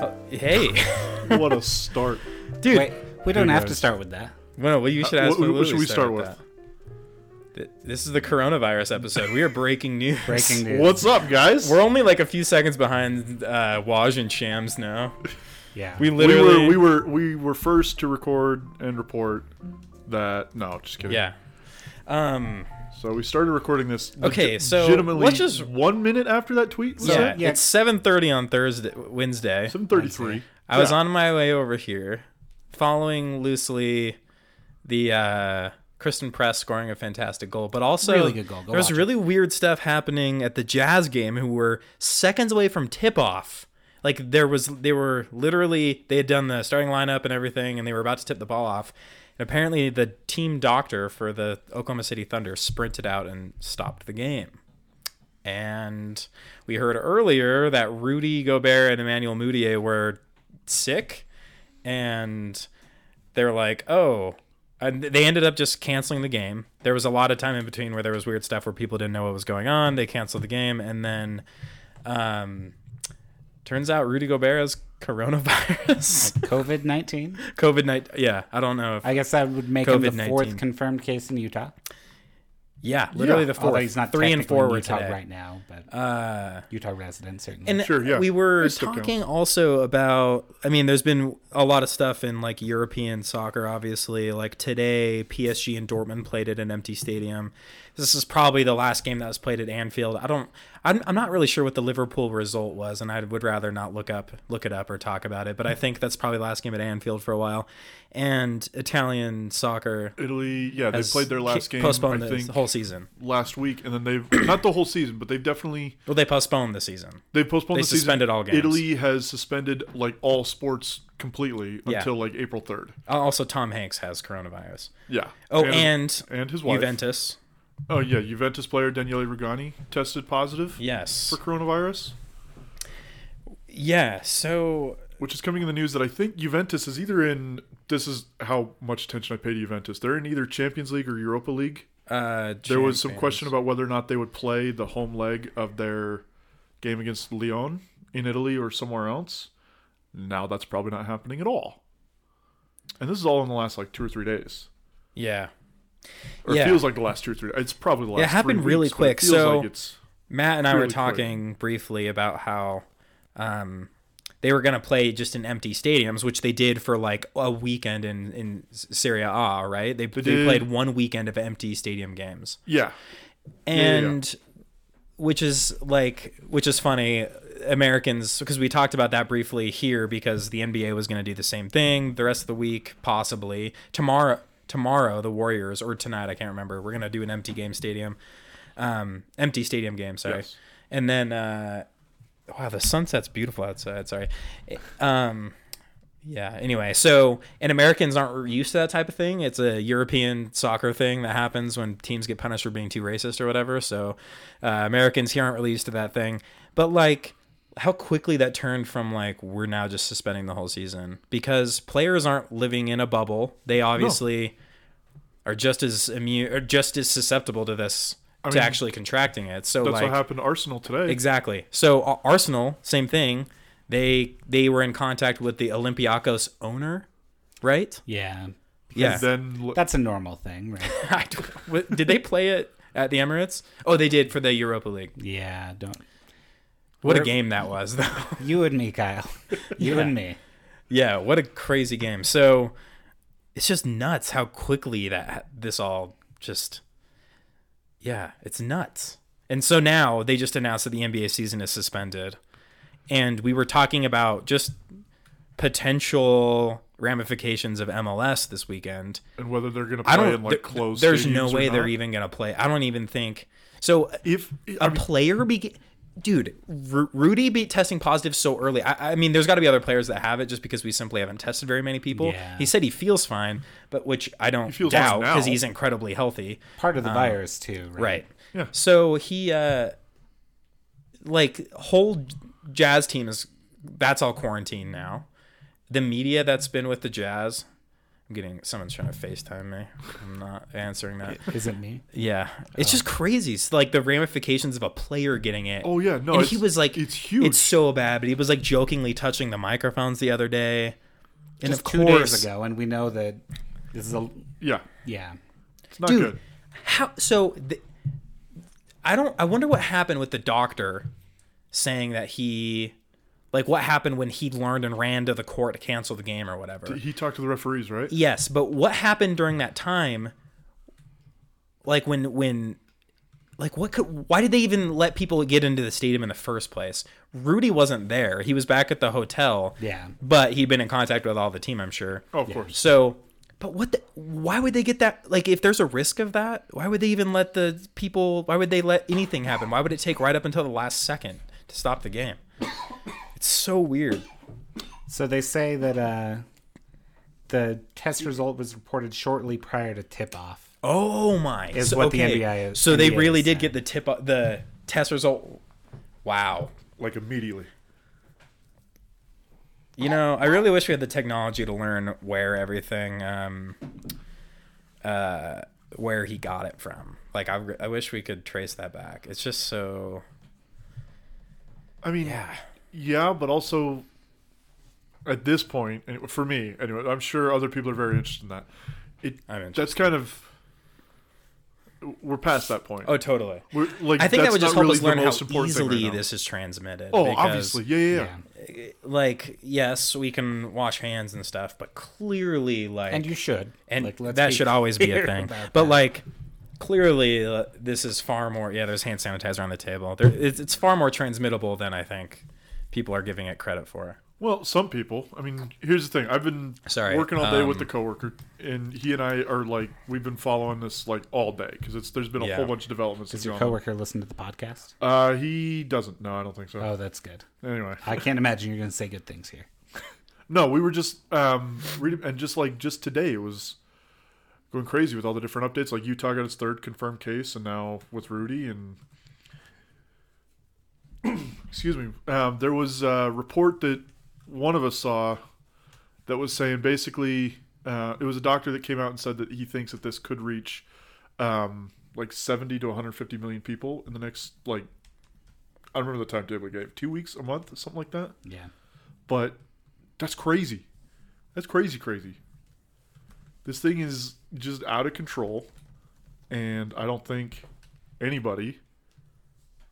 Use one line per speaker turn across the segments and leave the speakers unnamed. Oh, Hey,
what a start.
dude.
Wait, we don't
Who
have to
knows?
start with that.
Well, well, you should
Uh,
ask.
wh-
what
wh- what should we start
with? Th- This is the coronavirus episode. We are breaking news.
Breaking news.
What's up, guys?
We're only like a few seconds behind uh, Waj and Shams now.
Yeah.
We
we were
literally.
we were we were first to record and report that no, just kidding.
Yeah. Um.
So we started recording this.
Okay,
legi-
so
legitimately
let's just-
one minute after that tweet. Was
yeah,
yeah.
It's 7:30 on Thursday, Wednesday.
Seven thirty-three.
I was on my way over here, following loosely the uh, Kristen Press scoring a fantastic goal, but also
Really good goal. Go
there was
watch
really weird stuff happening at the Jazz game, who were seconds away from tip off. Like there was, they were literally they had done the starting lineup and everything, and they were about to tip the ball off. And apparently, the team doctor for the Oklahoma City Thunder sprinted out and stopped the game. And we heard earlier that Rudy Gobert and Emmanuel Mudiay were sick, and they're like, oh, and they ended up just canceling the game. There was a lot of time in between where there was weird stuff where people didn't know what was going on. They canceled the game, and then um, turns out Rudy Gobert has coronavirus,
COVID 19.
COVID night. Yeah, I don't know if
I guess that would make him the
COVID-19.
fourth confirmed case in Utah.
yeah, literally the
Although
fourth,
he's not
three and
technically
four
in
were
Utah
today.
right now, but
Uh,
Utah resident certainly.
and
Sure, yeah.
we were
That still
talking also about i mean there's been a lot of stuff in like european soccer obviously like today psg and dortmund played at an empty stadium this is probably the last game that was played at anfield i don't i'm, I'm not really sure what the liverpool result was and i would rather not look up look it up or talk about it but i think that's probably the last game at anfield for a while and italian soccer
Italy. Yeah, they
has
played their last
ki-
game.
postponed
I
the
think
whole season
last week, and then they've not the whole season, but they've definitely
well they postponed the season
They postponed
They
the season.
suspended all games.
Italy has suspended like all sports completely
Yeah.
until like April third.
also tom hanks has coronavirus
Yeah.
oh and,
and his wife.
juventus
Oh yeah, Juventus player Daniele Rugani tested positive
Yes.
for coronavirus,
Yeah. So
which is coming in the news that I think Juventus is either in. This is how much attention I pay to Juventus. They're in either Champions League or Europa League.
uh,
There was some question about whether or not they would play the home leg of their game against Lyon in Italy or somewhere else. Now that's probably not happening at all. And this is all in the last like two or three days.
Yeah.
or
Yeah.
feels like the last two or three. It's probably the last.
it happened
three
really
weeks, but it
quick,
feels
so-
like it's
Matt and I were
really quick.
talking briefly about how um, they were going to play just in empty stadiums, which they did for like a weekend in in Serie A. Right? They they,
did.
played one weekend of empty stadium games,
yeah, yeah, yeah.
and which is like which is funny. Americans, because we talked about that briefly here, because the NBA was going to do the same thing the rest of the week, possibly tomorrow. Tomorrow, the Warriors, or tonight, I can't remember. We're going to do an empty game stadium. um, empty stadium game. Sorry,
Yes.
and then uh, wow, the sunset's beautiful outside. Sorry, um, yeah. Anyway, so and Americans aren't used to that type of thing. It's a European soccer thing that happens when teams get punished for being too racist or whatever. So uh, Americans here aren't really used to that thing. But like. How quickly that turned from like we're now just suspending the whole season because players aren't living in a bubble. They obviously are just as immune or just as susceptible to this to
mean,
actually contracting it. So
that's
like
what happened to Arsenal today.
exactly. So Ar- Arsenal, same thing. They they were in contact with the Olympiacos owner, right?
yeah.
Yeah.
And then l-
That's a normal thing, right?
I d- what- did they play it at the Emirates? Oh, they did for the Europa League.
yeah. Don't.
What a
Where-
game that was, though.
You and me, Kyle. You
Yeah.
and me.
yeah, what a crazy game. So it's just nuts how quickly that this all just yeah, it's nuts. And so now they just announced that the NBA season is suspended. And we were talking about just potential ramifications of MLS this weekend.
and whether they're going to play
I don't
in
there-
like closed.
There's
stadiums
no
or
way they're e-,
not.
even going to play. I don't even think. So
If uh,
a
I mean,
player be dude Ru- rudy be testing positive so early i, I mean there's got to be other players that have it just because we simply haven't tested very many people
Yeah.
he said he feels fine but which i don't
feels fine
doubt because
now.
he's incredibly healthy
Part of the virus, too, right?
Um, right
Yeah.
so he uh like whole jazz team is that's all quarantined now the media that's been with the jazz I'm getting someone's trying to FaceTime me. I'm not answering that.
Is it me?
Yeah, it's just crazy. It's like the ramifications of a player getting it.
Oh yeah, no.
and
it's,
he was like,
it's huge.
It's so bad, but he was like jokingly touching the microphones the other day. And
Just
of
two
course,
days ago, and we know that this is a
yeah,
yeah.
it's not
Dude.
good.
how so the, i don't i wonder what happened with the doctor saying that he like what happened when he learned and ran to the court to cancel the game or whatever
He talked to the referees, right?
yes but what happened during that time like when when like what could why did they even let people get into the stadium in the first place rudy wasn't there he was back at the hotel
Yeah.
but he'd been in contact with all the team i'm sure
Oh, of course.
so, but what? The, why would they get that? Like, if there's a risk of that, why would they even let the people? Why would they let anything happen? Why would it take right up until the last second to stop the game? It's so weird.
So they say that uh, the test result was reported shortly prior to tip off.
Oh my!
Is what the NBA is-
So they
NBA
really
is
did
saying.
get the tip, the test result. Wow.
Like immediately.
You know, I really wish we had the technology to learn where everything, um, uh, where he got it from. Like, I, re- I wish we could trace that back. It's just so
I mean, yeah, but also at this point, and for me, anyway, I'm sure other people are very interested in that. It
I'm interested.
that's kind of we're past that point.
Oh, totally.
we're, like,
I think that
that's
would just
not
help
really
us
the
learn
most
how
important thing right
easily
now.
this is transmitted.
Oh,
because,
obviously, yeah, yeah, yeah.
Yeah.
Like, yes, we can wash hands and stuff, but clearly, like,
And you should.
and
Like, let's
that
be
should always be
clear
a thing.
about
But
that.
like, clearly, uh, this is far more. Yeah, there's hand sanitizer on the table. There, it's, it's far more transmittable than I think people are giving it credit for.
Well, some people. I mean, here's the thing. I've been
Sorry,
working all day with
um,
the coworker, and he and I are like we've been following this like all day because it's there's been a
Yeah.
whole bunch of developments.
does
that's
your
gone on.
coworker listen to the podcast?
Uh, he doesn't. No, I don't think so.
Uh,
Oh, that's good.
anyway,
I can't imagine you're going to say good things here.
No, we were just um reading and just like just today it was going crazy with all the different updates. Like Utah got its third confirmed case and now with Rudy and excuse me. Um, there was a report that one of us saw that was saying basically uh, it was a doctor that came out and said that he thinks that this could reach um, like 70 to 150 million people in the next like I don't remember the timetable he gave two weeks a month something like that
Yeah.
but that's crazy. That's crazy, crazy. This thing is just out of control, and I don't think anybody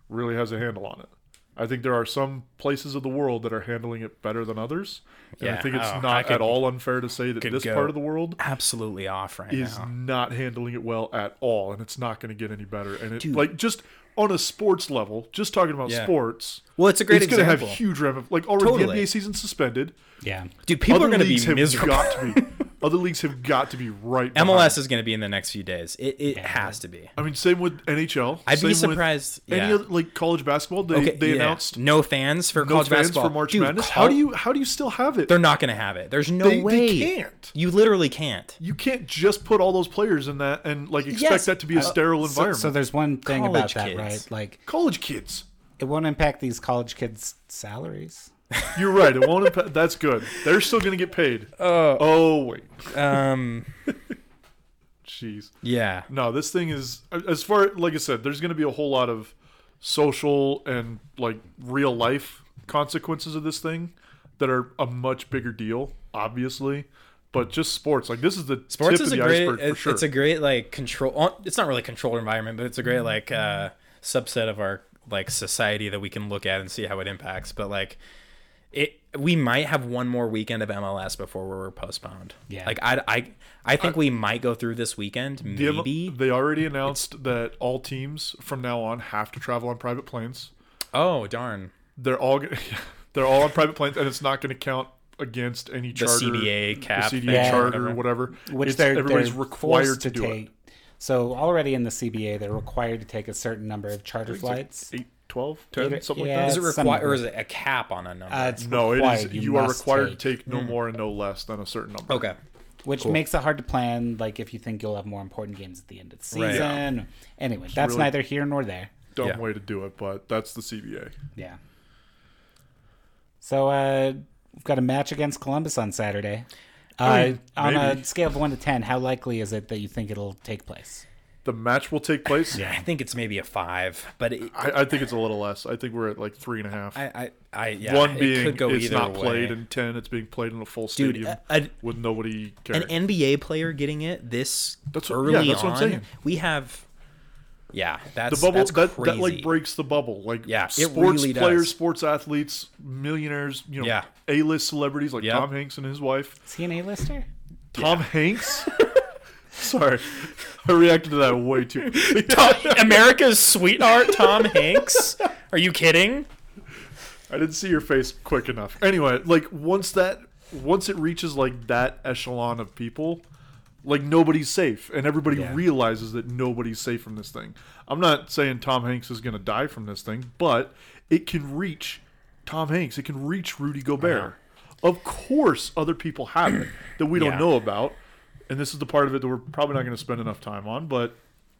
really has a handle on it. I think there are some places of the world that are handling it better than others, and I
Yeah,
think it's
oh, I
not
could-
at all unfair to say that
could
this
go
part of the world
Absolutely off right
is
now.
not handling it well at all, and it's not going to get any better. And it, like just on a sports level, just talking about
Yeah.
sports,
Well, it's a great
it's going to have
example.
huge ramifications. Like already the
Totally.
NBA season suspended.
Yeah.
Dude, people are
Other
going to
leagues
be
have
miserable.
Got to be. Other leagues have got to be right. Behind.
MLS is going to be in the next few days. It, it has to be.
I mean, same with NHL.
I'd be
same with
surprised-
Any
yeah.
other, like college basketball, they, they
yeah.
announced
no fans for
no
college
fans
basketball
for March
Dude,
Madness.
col-
how do you how do you still have it?
They're not going to have it. There's no
They- they
way.
can't.
You literally can't.
You can't just put all those players in that and like expect
Yes. Uh,
that to be a sterile
Uh, So,
environment.
so there's one thing about
College
that,
kids.
right? Like,
college kids.
it won't impact these college kids' salaries.
You're right. It won't. Impact, that's good. They're still going to get paid. oh wait,
Um.
jeez.
Yeah.
No, this thing is as far like I said. There's going to be a whole lot of social and like real life consequences of this thing that are a much bigger deal, obviously. But just sports, like this is the
Sports
tip
is
of
a
the
great.
iceberg for
it-
sure. Mm-hmm.
It's a great like control. oh, It's not really a controlled environment, but it's a great like uh, subset of our like society that we can look at and see how it impacts. But like, it we might have one more weekend of MLS before we're postponed.
Yeah.
Like I I I
Uh,
think we might go through this weekend.
The M-
Maybe.
they already announced that all teams from now on have to travel on private planes.
oh darn.
They're all gonna, they're all on private planes, and it's not going to count against any
The
charter,
CBA
the
cap.
CBA
thing or whatever.
charter, whatever.
which
It's-
they're
everybody's
they're
required
forced
to, do
take. So already in the CBA, they're required to take a certain number of charter
it.
flights.
Eight, 12, 10,
Eight-
something
yeah,
like that.
Is it
some-
required or is it a cap on a number?
Uh, it's
No, it
required.
is. You, are
must
required
take,
to take no more and no less than a certain number.
okay.
which makes it hard to plan. Like if you think you'll have more important games at the end of the season.
Right. Yeah.
Anyway, that's
really-
neither here nor there.
Dumb
Yeah.
way to do it, but that's the CBA.
Yeah. So uh, we've got a match against Columbus on Saturday. Uh, on
Oh, maybe.
a scale of one to ten, how likely is it that you think it'll take place?
The match will take place.
I think it's maybe a five, but it,
I, I think it's a little less. I think we're at like three and a half.
I, I, I, yeah,
One
it
being
could go
it's
either
not
way.
played, and ten it's being played in a full
Dude,
stadium
a- a-
with nobody caring.
an NBA player getting it this
That's what-
early
yeah, that's
on.
what I'm saying.
We have, yeah,
the
that's
bubble
That's
that,
crazy.
that like breaks the bubble. Like
Yeah, it
sports
really does.
players, sports athletes, millionaires, you know,
Yeah.
A list celebrities like
Yep.
Tom Hanks and his wife.
Is he an A-lister?
Tom Hanks? Sorry. I reacted to that way too.
Tom- America's sweetheart, Tom Hanks. Are you kidding?
I didn't see your face quick enough. Anyway, like once that once it reaches like that echelon of people, like nobody's safe and everybody
Yeah.
realizes that nobody's safe from this thing. I'm not saying Tom Hanks is going to die from this thing, but it can reach Tom Hanks, it can reach Rudy Gobert.
Uh-huh.
Of course, other people have it that we don't
Yeah.
know about. And this is the part of it that we're probably not going to spend enough time on, but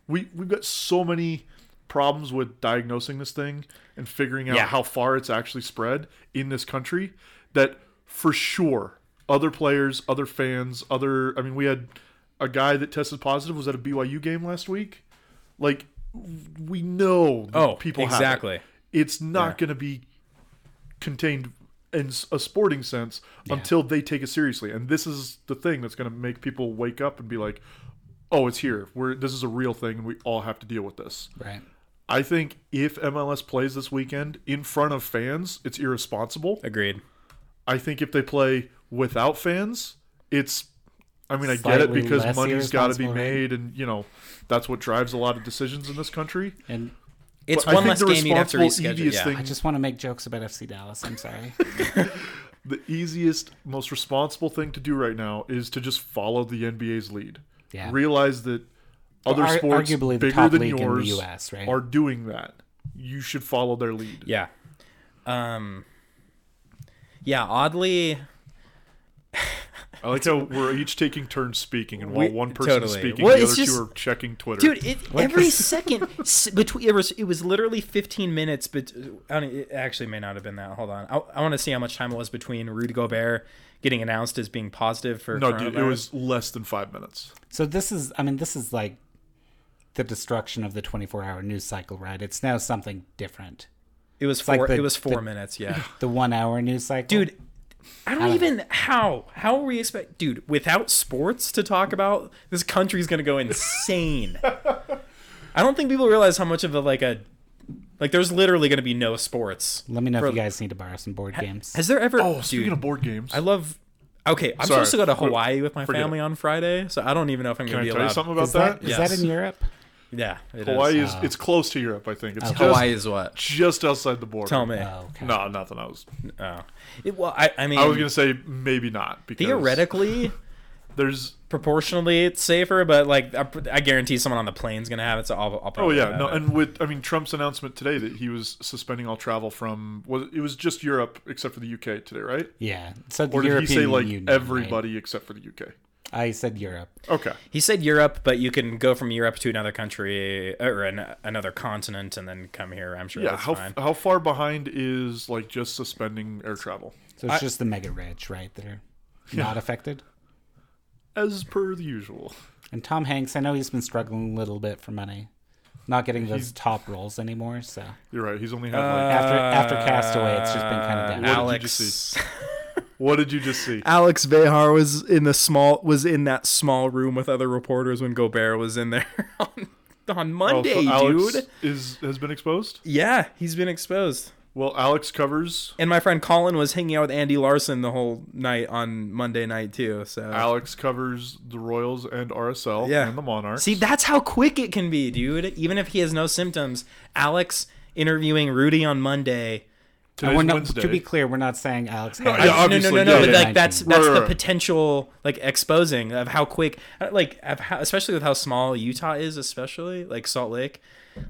we we've got so many problems with diagnosing this thing and figuring out
Yeah.
how far it's actually spread in this country that for sure other players, other fans, other I mean we had a guy that tested positive was at a BYU game last week. Like we know that
Oh,
people have it.
exactly.
It's not going to be contained in s- a sporting sense until they take it seriously. And this is the thing that's going to make people wake up and be like, "Oh, it's here. We're this is a real thing, and we all have to deal with this."
Right.
I think if MLS plays this weekend in front of fans, it's irresponsible.
Agreed.
I think if they play without fans, it's. I mean, I get it
Slightly
because
less
money's got to be
irresponsible, right?
made, and you know that's what drives a lot of decisions in this country.
And
It's
But I
one
think
less
the
game you'd have to
responsible,
reschedule.
easiest
Yeah.
thing-
I just want to make jokes about FC Dallas. I'm sorry.
the easiest, most responsible thing to do right now is to just follow the NBA's lead.
Yeah.
Realize that other
Ar-
sports
arguably the
bigger
top
than
league in the
yours
US, right?
are doing that. You should follow their lead.
Yeah. Um. Yeah. Oddly,
I like how we're each taking turns speaking, and while
We-
one person is
totally.
speaking,
Well,
the
it's
other
just-
two are checking Twitter.
dude it, every second s- between it was, it was literally 15 minutes but I don't, it actually may not have been that hold on i, I want to see how much time it was between rudy gobert getting announced as being positive for
no, dude, it
coronavirus.
was less than five minutes.
so this is, I mean, this is like the destruction of the 24-hour news cycle, right? It's now something different.
it was four
like the-
it was four
the-
minutes yeah
The one-hour news cycle,
dude i don't even how how are we expect dude without sports to talk about this country's gonna go insane i don't think people realize how much of a like a like there's literally gonna be no sports
Let me know
for-
if you guys need to borrow some board games.
has there ever
Oh, speaking of board games,
I love. Okay, I'm
Sorry.
supposed to go to
Wait,
Hawaii with my
forget
family on Friday, so I don't even know if I'm
can
going to
I
be
tell
allowed.
you something about
is that,
that?
is
Yes.
that in Europe?
Yeah, it is.
Hawaii is it's close to Europe, I think. It's just,
uh, Hawaii is what?
just outside the border.
Tell me.
Oh, okay.
No, nothing. I was
Oh, it, well, I, I mean,
I was gonna say maybe not because
theoretically,
there's
proportionally, it's safer, but like, I, I guarantee someone on the plane's going to have it. So I'll, I'll
Oh
probably.
yeah,
have
no,
it.
and with I mean Trump's announcement today that he was suspending all travel from was it was just Europe except for the UK today, right?
Yeah. So the
Or did
European
he say like
Union, right?
everybody except for the UK?
I said Europe.
Okay,
he said Europe, but you can go from Europe to another country or an, another continent and then come here. I'm sure
yeah.
that's
How
fine.
how far behind is like just suspending air travel
So it's just the mega rich, right, that are not affected.
as per the usual?
And Tom Hanks, I know he's been struggling a little bit for money, not getting those top roles anymore. So
You're right. He's only had like
Uh,
after after
Uh,
Castaway, it's just been kind of down.
What did you just
Alex.
what did you just see?
Alex Behar was in the small was in that small room with other reporters when Gobert was in there on, on
Oh, so
Monday,
Alex
dude.
is has been exposed.
Yeah, he's been exposed.
Well, Alex covers.
And my friend Colin was hanging out with Andy Larson the whole night on Monday night too. So
Alex covers the Royals and RSL
Yeah.
and the Monarchs.
see, that's how quick it can be, dude. Even if he has no symptoms, Alex interviewing Rudy on Monday.
Today's
we're not,
Wednesday.
to be clear, we're not saying Alex.
yeah,
Hanks.
no, no,
obviously,
no, no.
yeah,
but
yeah.
like that's
Right,
that's
right,
the
right.
potential like exposing of how quick, uh, like of how, especially with how small Utah is, especially like Salt Lake,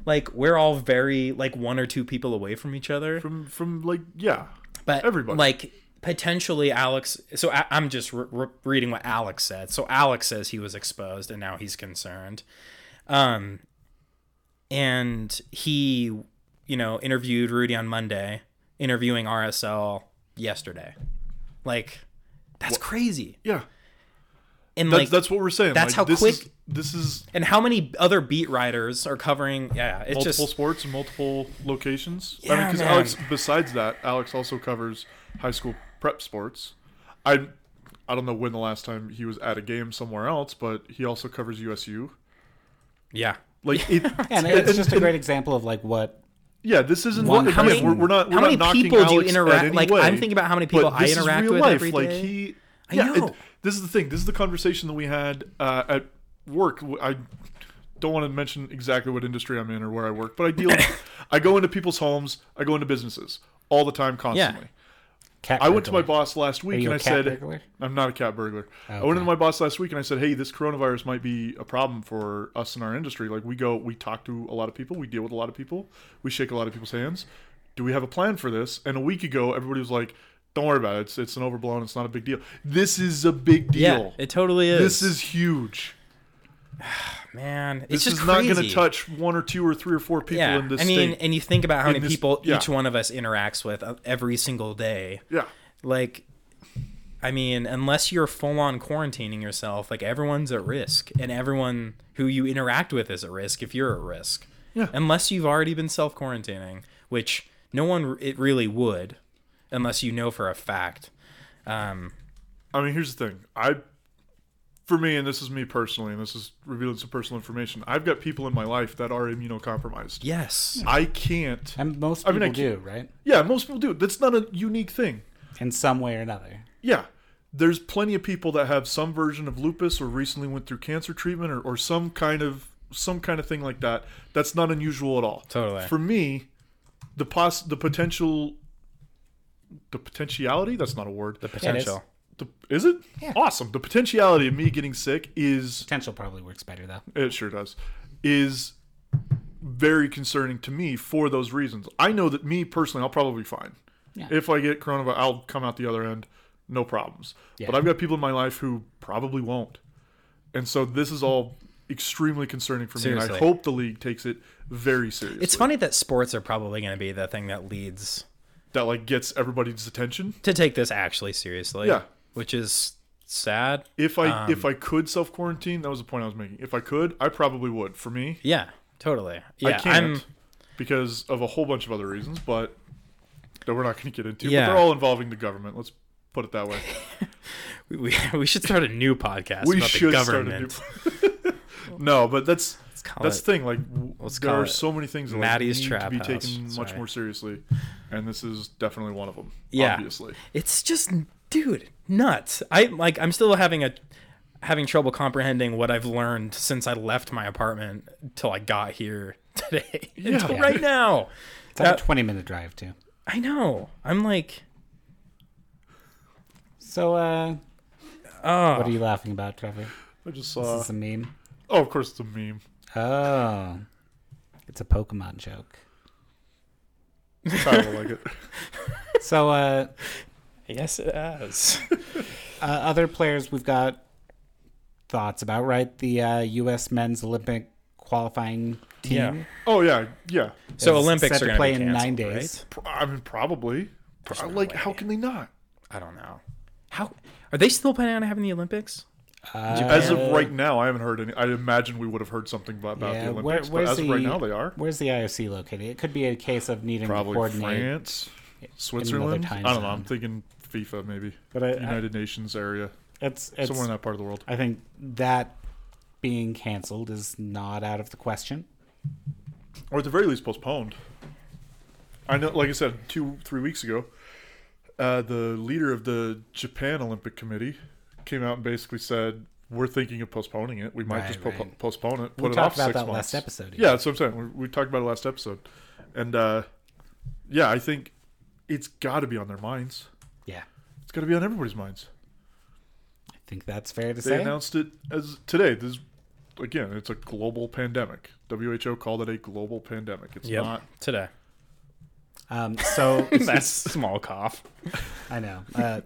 like we're all very like one or two people away from each other.
from from like yeah.
but
everybody.
like potentially Alex. So I, I'm just re- re- reading what Alex said. So Alex says he was exposed and now he's concerned. Um, and he, you know, interviewed Rudy on Monday, interviewing RSL yesterday. Like, that's crazy.
Yeah.
and
That's,
like
that's what we're saying.
that's
like,
how
this
quick-
Is, this is
and how many other beat writers are covering? Yeah, it's
multiple
just
sports and multiple locations. I mean,
Yeah,
because
man.
Alex, besides that, Alex also covers high school prep sports. I, I don't know when the last time he was at a game somewhere else, but he also covers USU.
yeah.
Like it,
And it's just a great example of like what
Yeah, this isn't
One
what
how many-
we're, we're not. We're
how many
not knocking
people do you
Alex in
interact-
any
like,
way,
I'm thinking about how many people
but
I
this is
interact
real
with
life.
every
like
day.
he,
I
yeah, it-
know.
this is the thing. This is the conversation that we had uh, at work. W- I don't want to mention exactly what industry I'm in or where I work, but I deal. I go into people's homes. I go into businesses all the time, constantly.
cat.
I went to my
burglar.
boss last week
you
and
a
I
cat
said,
burglar?
"I'm not a cat burglar." I went
Okay.
to my boss last week and I said, "Hey, this coronavirus might be a problem for us in our industry. Like, we go, we talk to a lot of people, we deal with a lot of people, we shake a lot of people's hands. Do we have a plan for this?" And a week ago, everybody was like, "Don't worry about it. It's it's an overblown. It's not a big deal. This is a big
Yeah,
deal.
it totally is.
this is huge.
man. It's
This
just
is not
going
to touch one or two or three or four people
Yeah,
in this
I mean,
state.
and you think about how
in
many
this-
people
yeah.
each one of us interacts with uh, every single day.
yeah."
Like, I mean, unless you're full on quarantining yourself, like everyone's at risk, and everyone who you interact with is at risk if you're at risk.
Yeah.
Unless you've already been self quarantining, which no one r- it really would, unless you know for a fact. Um,
I mean, here's the thing. I, for me, and this is me personally, and this is revealing some personal information. I've got people in my life that are immunocompromised.
yes.
I can't.
And most
I
people
mean, I
do, right?
yeah, most people do. That's not a unique thing.
In some way or another.
Yeah, there's plenty of people that have some version of lupus or recently went through cancer treatment or, or some kind of some kind of thing like that. That's not unusual at all.
Totally.
For me, the pos the potential, the potentiality. That's not a word. The
Yeah, it is.
Potential.
the, is it?
Yeah.
Awesome. The potentiality of me getting sick is
Potential probably works better though.
It sure does. Is very concerning to me for those reasons. I know that me personally, I'll probably be fine.
Yeah.
If I get coronavirus, I'll come out the other end, no problems. But I've got people in my life who probably won't. And so this is all extremely concerning for me. And I
Seriously.
hope the league takes it very seriously.
It's funny that sports are probably going to be the thing that leads
that like gets everybody's attention.
to take this actually seriously.
Yeah.
Which is sad. Um,
If I if I could self quarantine, that was the point I was making. If I could, I probably would. For me,
Yeah, totally. Yeah,
I can't
am
because of a whole bunch of other reasons, but that we're not going to get into.
Yeah.
But they're all involving the government. Let's put it that way.
We, we should start a new podcast
we
about
should
the
start a
government.
new. no, but that's
call
that's
it-
the thing. Like w-
let's
there
call
are
it
so many things that like,
Maddie's
need to
Trap
be
House.
taken much
Sorry.
more seriously, and this is definitely one of them.
Yeah.
obviously.
It's just, dude, nuts. I like. I'm still having a having trouble comprehending what I've learned since I left my apartment till I got here today. Until
Yeah.
right now.
It's like
That-
a twenty minute drive too.
I know. I'm like,
So uh
oh,
Ah.
what are you laughing about, Trevor?
I just
Is
saw.
this a meme?
Oh, of course, it's a meme.
Oh. It's a Pokemon joke.
Tyler will like it.
So uh
yes, it has.
uh, other players we've got thoughts about, right? The uh, U.S. men's Olympic qualifying team.
Yeah.
Oh yeah, yeah.
So
It's
Olympics
set
are
to
going
play
be
in
canceled,
nine days.
right?
Pro- I mean, probably. Pro-
no
like,
way.
how can they not?
I don't know. How are they still planning on having the Olympics?
As of right now, I haven't heard any. I imagine we would have heard something about, about the
Yeah, where-
Olympics, but
where's
as of right
the-
now, they are
Where's the IOC located? It could be a case of needing
probably
to coordinate.
France, Switzerland. I
time
don't know.
zone.
I'm thinking FIFA maybe,
But I- I-
United Nations area,
It's, it's
somewhere in that part of the world.
I think that being canceled is not out of the question.
or at the very least postponed. I know, like I said, two three weeks ago, uh, the leader of the Japan Olympic Committee came out and basically said, "We're thinking of postponing it. We might
Right,
just po-
right.
postpone it. Put it
talked about
off six
that last
months."
episode,
Yeah, that's what I'm saying. We, we talked about it last episode, and uh, yeah, I think it's got to be on their minds.
Yeah,
It's got to be on everybody's minds.
I think that's fair to
They
say.
announced it as today. This again, it's a global pandemic. WHO called it a global pandemic. It's
Yep.
not.
Today.
Um, so
That's small cough.
I know. Uh,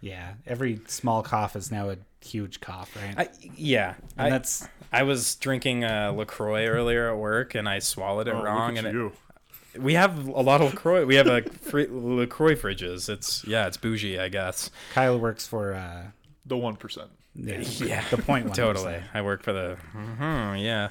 yeah, every small cough is now a huge cough, right?
I, yeah,
and
I,
that's
I was drinking uh, Lacroix earlier at work, and I swallowed it
Oh, look
wrong.
at
And it,
you.
we have a lot of Lacroix. We have a fri- Lacroix fridges. It's yeah, it's bougie, I guess.
Kyle works for uh,
the one percent.
Yeah. The point one.
Totally. I work for the. Mhm, yeah.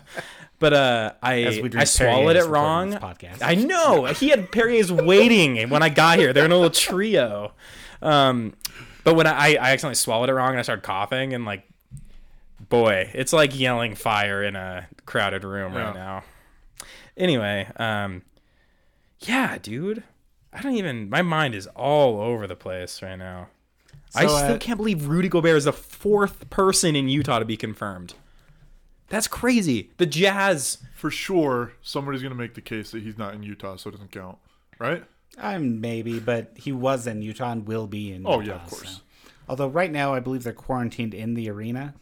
But uh,
As we
I I
drink Perrier's
swallowed it
recording
wrong.
this podcast.
I know. He had Perrier's waiting when I got here. They're in a little trio. Um, but when I, I accidentally swallowed it wrong and I started coughing and like, boy, it's like yelling fire in a crowded room
Yeah.
right now. Anyway, um, yeah, dude. I don't even. My mind is all over the place right now. I
So,
still
uh,
can't believe Rudy Gobert is the fourth person in Utah to be confirmed. That's crazy. The Jazz.
For sure, somebody's gonna make the case that he's not in Utah, so it doesn't count, right?
I'm maybe, but he was in Utah and will be in.
Oh,
Utah,
yeah, of course.
so. Although right now I believe they're quarantined in the arena,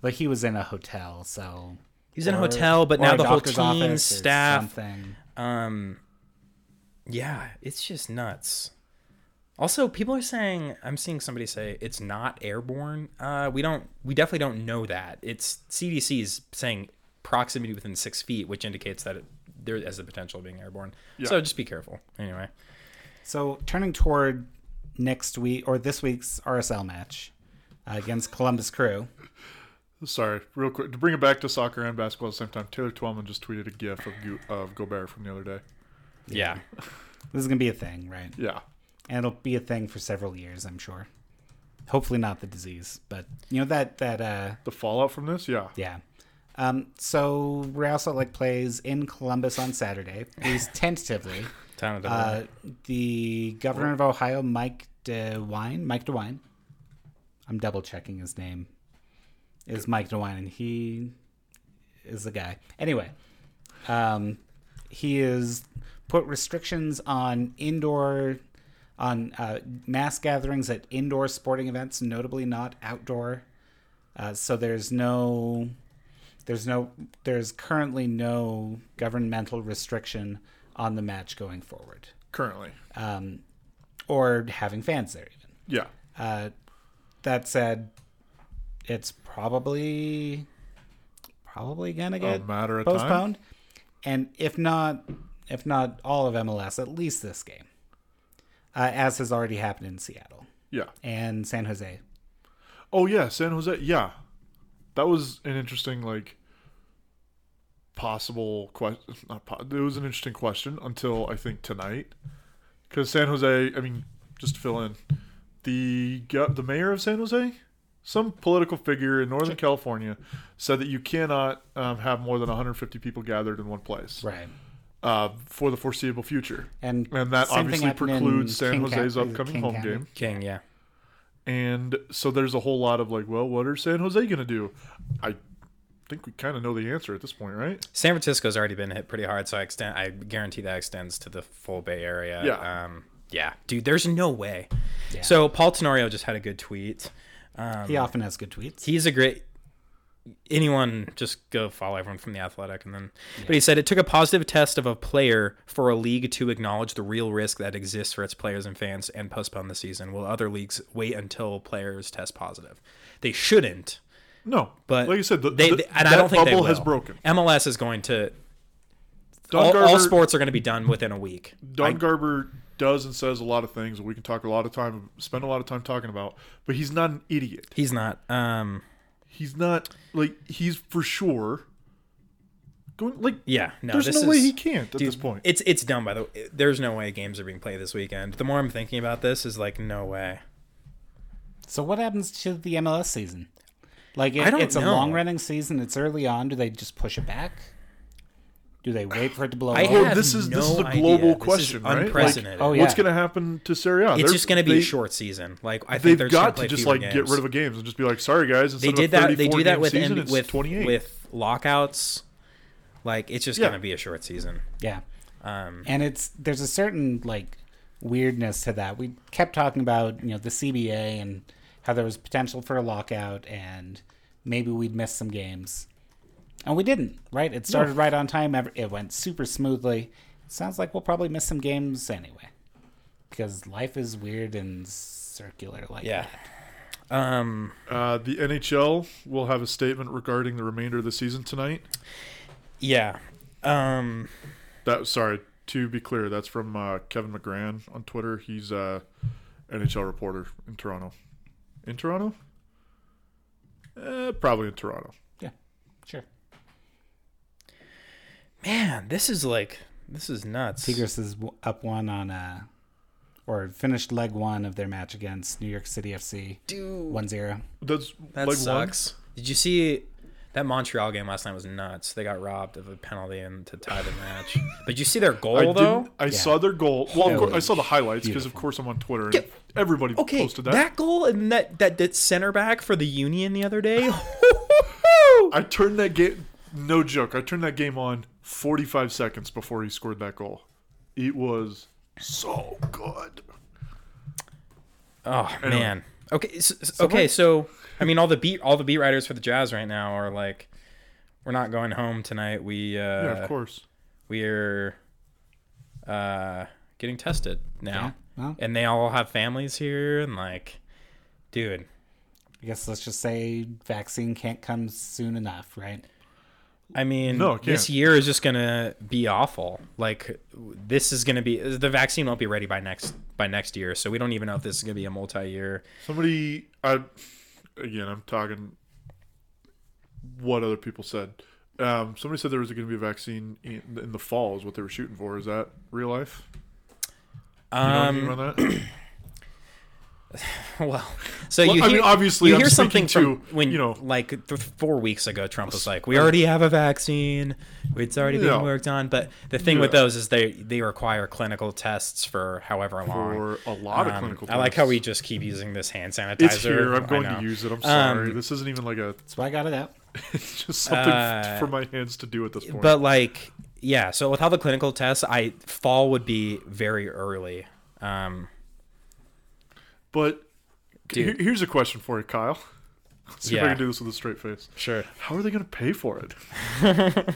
but he was in a hotel, so
He's in a
or-
hotel, but
or
now
a
the whole
doctor's
team,
office or
staff.
Something.
Um, yeah, it's just nuts. Also, people are saying I'm seeing somebody say it's not airborne. Uh, we don't. We definitely don't know that. It's CDC's saying proximity within six feet, which indicates that it, there has the potential of being airborne. So just be careful. Anyway.
So turning toward next week or this week's RSL match uh, against Columbus Crew.
Sorry, real quick to bring it back to soccer and basketball at the same time. Taylor Twellman just tweeted a GIF of, Gu- of Gobert from the other day.
Yeah.
This is gonna be a thing, right?
Yeah,
and it'll be a thing for several years, I'm sure. Hopefully not the disease, but you know that that uh
the fallout from this. Yeah,
yeah. Um so Real Salt Lake plays in Columbus on Saturday, at least tentatively.
Time of the
Uh the governor of Ohio, Mike DeWine, Mike DeWine. I'm double checking his name. Is Mike DeWine and he is the guy. Anyway, um, he is put restrictions on indoor on uh, mass gatherings at indoor sporting events notably not outdoor uh, so there's no there's no there's currently no governmental restriction on the match going forward
currently.
um, or having fans there even
Yeah,
uh, that said, it's probably probably gonna get
matter of time.
postponed, and if not, if not all of MLS, at least this game, uh, as has already happened in Seattle
yeah.
and San Jose.
Oh yeah, San Jose. Yeah, that was an interesting like possible question. Not po- it was an interesting question until I think tonight, because San Jose. I mean, just to fill in, the go- the mayor of San Jose, some political figure in Northern California, said that you cannot um, have more than 150 people gathered in one place
Right.
uh, for the foreseeable future,
And
and that
same thing
obviously
happened in
precludes San
King
Jose's
County-
upcoming
King
home
County.
game.
King. Yeah.
And so there's a whole lot of like, well, what are San Jose going to do? I think we kind of know the answer at this point, right?
San Francisco's already been hit pretty hard, so I extend. I guarantee that extends to the full Bay Area.
Yeah.
Um, yeah, dude. There's no way. So Paul Tenorio just had a good tweet.
he often has good tweets.
He's a great. Anyone, just go follow everyone from the Athletic, and then. But he said it took a positive test of a player for a league to acknowledge the real risk that exists for its players and fans and postpone the season. Will other leagues wait until players test positive? They shouldn't.
No,
But
like I said, the,
they,
the-
they- and
that
I don't think they
bubble has
will.
broken.
MLS is going to
Don
all,
Garber,
all sports are going to be done within a week.
Don Garber does and says a lot of things that we can talk a lot of time, spend a lot of time talking about. But he's not an idiot.
He's not. Um,
He's not like he's for sure going like.
yeah, no.
there's
this
no way
is-
he can't at this point.
It's it's dumb by the way. There's no way games are being played this weekend. The more I'm thinking about this, is like no way.
So what happens to the MLS season? Like it,
I don't
it's a
know.
long running season. It's early on. Do they just push it back? Do they wait for it to blow
I
over?
have
oh, this is-
no
this is a
idea.
global
This is
question, right? Like,
unprecedented.
oh,
What's
yeah.
going to happen to Serie A?
It's
They're-
just going to be
they-
a short season. Like I think they're
They've got
gonna play
to just
fewer
like get
games.
rid of games and just be like, sorry guys,
They
instead
did
of a
that. They do that with
season,
N-
it's
with
28.
with lockouts. Like it's just
Yeah.
going to be a short season.
Yeah.
Um,
And it's there's a certain like weirdness to that. We kept talking about, you know, the CBA and how there was potential for a lockout and maybe we'd miss some games. And we didn't, right? It started right on time. Ev- It went super smoothly. Sounds like we'll probably miss some games anyway. Because life is weird and circular like
yeah.
that.
Um,
Uh, the NHL will have a statement regarding the remainder of the season tonight.
yeah. Um,
That sorry to be clear, that's from uh, Kevin McGran uh, on Twitter. He's a NHL reporter in Toronto. In Toronto, Uh, probably in Toronto.
Yeah, sure.
Man, this is like this is nuts.
Tigris is w- up one on uh or finished leg one of their match against New York City FC
Dude,
1-0.
That's
that
leg
sucks. Did you see that Montreal game last night was nuts? They got robbed of a penalty and to tie the match. but did you see their goal
one. I
though?
didn't. I saw their goal. Well, of
Holy
course, I saw the highlights because, of course, I'm on Twitter. And
Get-
everybody
Okay,
posted that.
goal and that, that that center back for the Union the other day.
I turned that game. No joke. I turned that game on 45 seconds before he scored that goal. It was so good.
oh man. Okay. So, okay. So I mean, all the beat all the beat writers for the Jazz right now are like, we're not going home tonight. We uh,
Yeah, of course.
we're uh, getting tested now,
Yeah, well.
and they all have families here, and like, dude,
I guess let's just say vaccine can't come soon enough, right?
I mean,
No, it
this
can't.
year is just gonna be awful. Like, this is gonna be the vaccine won't be ready by next by next year, so we don't even know if this is gonna be a multi-year.
Somebody, I again, I'm talking what other people said. Um, somebody said there was going to be a vaccine in, in the fall. Is what they were shooting for. Is that real life? You know
Um,
anything about that?
Well, so
Well,
you
I
hear,
mean, obviously,
you
I'm
hear something
speaking
from
to,
when
you know-
like th- four weeks ago, Trump was like, "We already have a vaccine; it's already being
Yeah.
worked on." But the thing with
Yeah.
those is they they require clinical tests for however long.
For a lot of
Um,
clinical.
I like
tests.
how we just keep using this hand sanitizer.
It's here. I'm
I
going to
know.
use it. I'm sorry.
Um,
this isn't even like a.
So I got it out.
It's just something f- for my hands to do at this point.
uh, But like, yeah. So with how the clinical tests, I fall would be very early. Um,
But
Dude.
here- here's a question for you, Kyle. Let's see if
Yeah.
I can do this with a straight face.
sure.
How are they going to pay for it?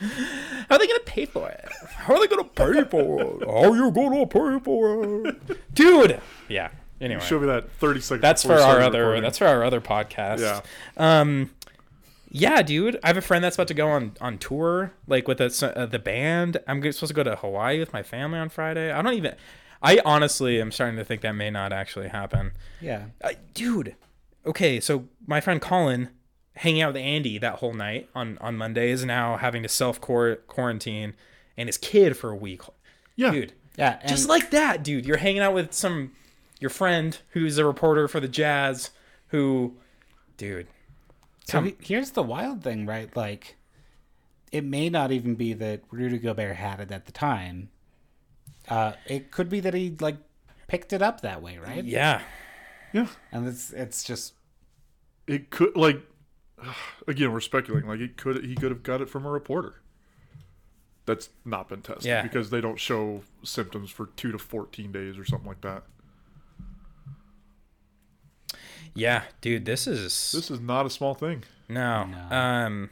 How are they gonna pay for it? How are they gonna pay for it? How are you gonna pay for it, dude? Yeah. Anyway.
Show me that 30 seconds.
that's
before
for
we
our
started
other
recording.
that's for our other podcast
Yeah.
um yeah dude i have a friend that's about to go on on tour like with a, uh, the band i'm g- supposed to go to hawaii with my family on friday i don't even i honestly am starting to think that may not actually happen
Yeah.
I, dude okay so my friend colin hanging out with andy that whole night on on monday is now having to self quarantine and his kid for a week
Yeah.
dude
Yeah, and
just like that, dude. You're hanging out with some your friend who's a reporter for the Jazz. Who, dude?
so he- here's the wild thing, right? Like it may not even be that Rudy Gobert had it at the time. Uh it could be that he like picked it up that way, right?
Yeah,
Yeah.
And it's it's just
It could, like, again, we're speculating. Like, it could, he could have got it from a reporter. That's not been tested
Yeah.
because they don't show symptoms for two to 14 days or something like that.
yeah, dude. This is
This is not a small thing.
no.
No.
Um,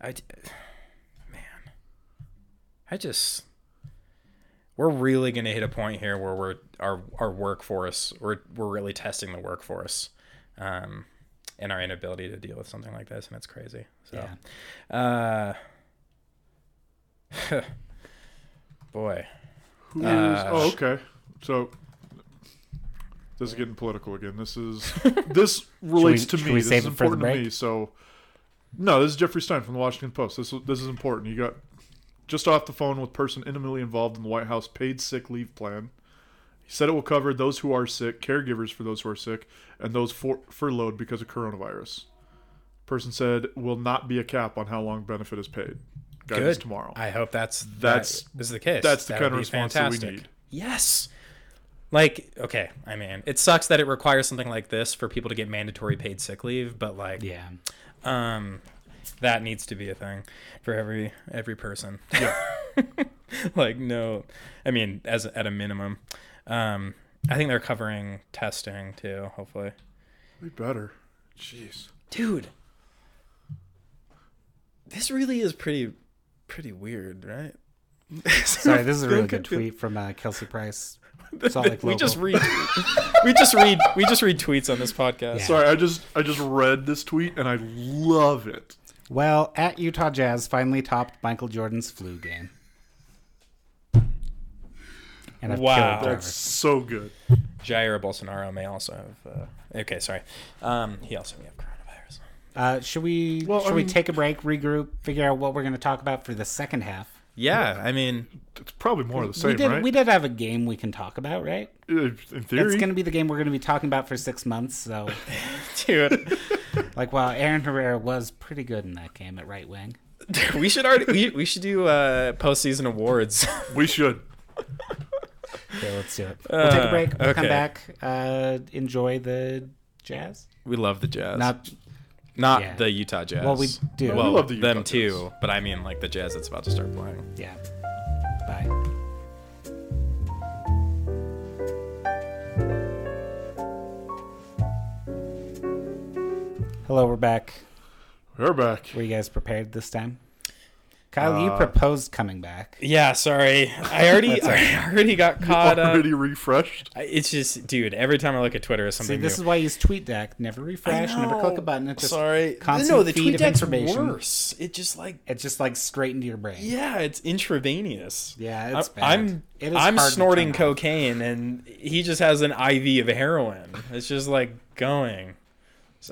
I, d- man, I just we're really gonna hit a point here where we're our our workforce we're we're really testing the workforce, um, and our inability to deal with something like this, and it's crazy. So.
yeah.
Uh, boy.
Who is?
Uh,
Oh, okay. So this is getting political again. This is this relates
Should we-
to
should
me.
we
This
save
is
it for the
important to me. So no, this is Jeffrey Stein from the Washington Post. This this is important. You got just off the phone with person intimately involved in the White House paid sick leave plan. He said it will cover those who are sick, caregivers for those who are sick, and those for, furloughed because of coronavirus. Person said will not be a cap on how long benefit is paid. Guidance
Good.
tomorrow.
I hope that's
That's-
that's that is the case.
that's the
That
kind
would
of
be
response that we need.
Yes. Like okay, I mean, it sucks that it requires something like this for people to get mandatory paid sick leave, but like,
Yeah.
um, that needs to be a thing for every every person.
Yeah.
like no, I mean, as at a minimum, um, I think they're covering testing too. Hopefully,
Be better. Jeez.
dude this really is pretty pretty weird right
Sorry, this is a
I'm
really good
confused.
tweet from uh, Kelsey Price. Salt Lake
we just
Local.
read we just read we just read tweets on this podcast
Yeah.
Sorry, I just I just read this tweet and I love it.
Well, at Utah Jazz finally topped Michael Jordan's flu game. and I've
Wow.
killed
That's
Trevor.
so good.
Jair Bolsonaro may also have. Uh, okay, sorry. Um, he also may have coronavirus.
Uh, should we
Well, I
should we
mean-
take a break, regroup, figure out what we're going to talk about for the second half?
Yeah, I mean,
It's probably more of the same,
we did
right?
we did have a game we can talk about, right?
Uh, In
That's
theory,
going to be the game we're going to be talking about for six months. So,
dude,
like, wow, Aaron Herrera was pretty good in that game at right wing.
we should already we, we should do uh, postseason awards.
we should.
Okay, let's do it. We'll take a break. We'll come
okay.
back. Uh, enjoy the jazz.
we love the Jazz, not,
Not yeah.
the Utah Jazz.
Well, we do.
Well,
We love the Utah
them
Jazz.
too, but I mean like the Jazz that's about to start playing.
yeah. Bye. Hello, we're back.
We're back.
Were you guys prepared this time? Kyle, you
Uh,
proposed coming back.
Yeah, sorry, I already I already got uh, caught up.
Already refreshed.
I- It's just, dude. Every time I look at Twitter, it's
See,
something new.
this is why you use TweetDeck. Never refresh, never click a button. It just constant feed of
TweetDeck's
information.
worse. It just like
It's just like straight into your brain.
yeah, it's intravenous.
Yeah, it's
I'm-
bad.
I'm
It is
I'm
hard to
snorting
turn off.
cocaine, and he just has an IV of heroin. It's just like going.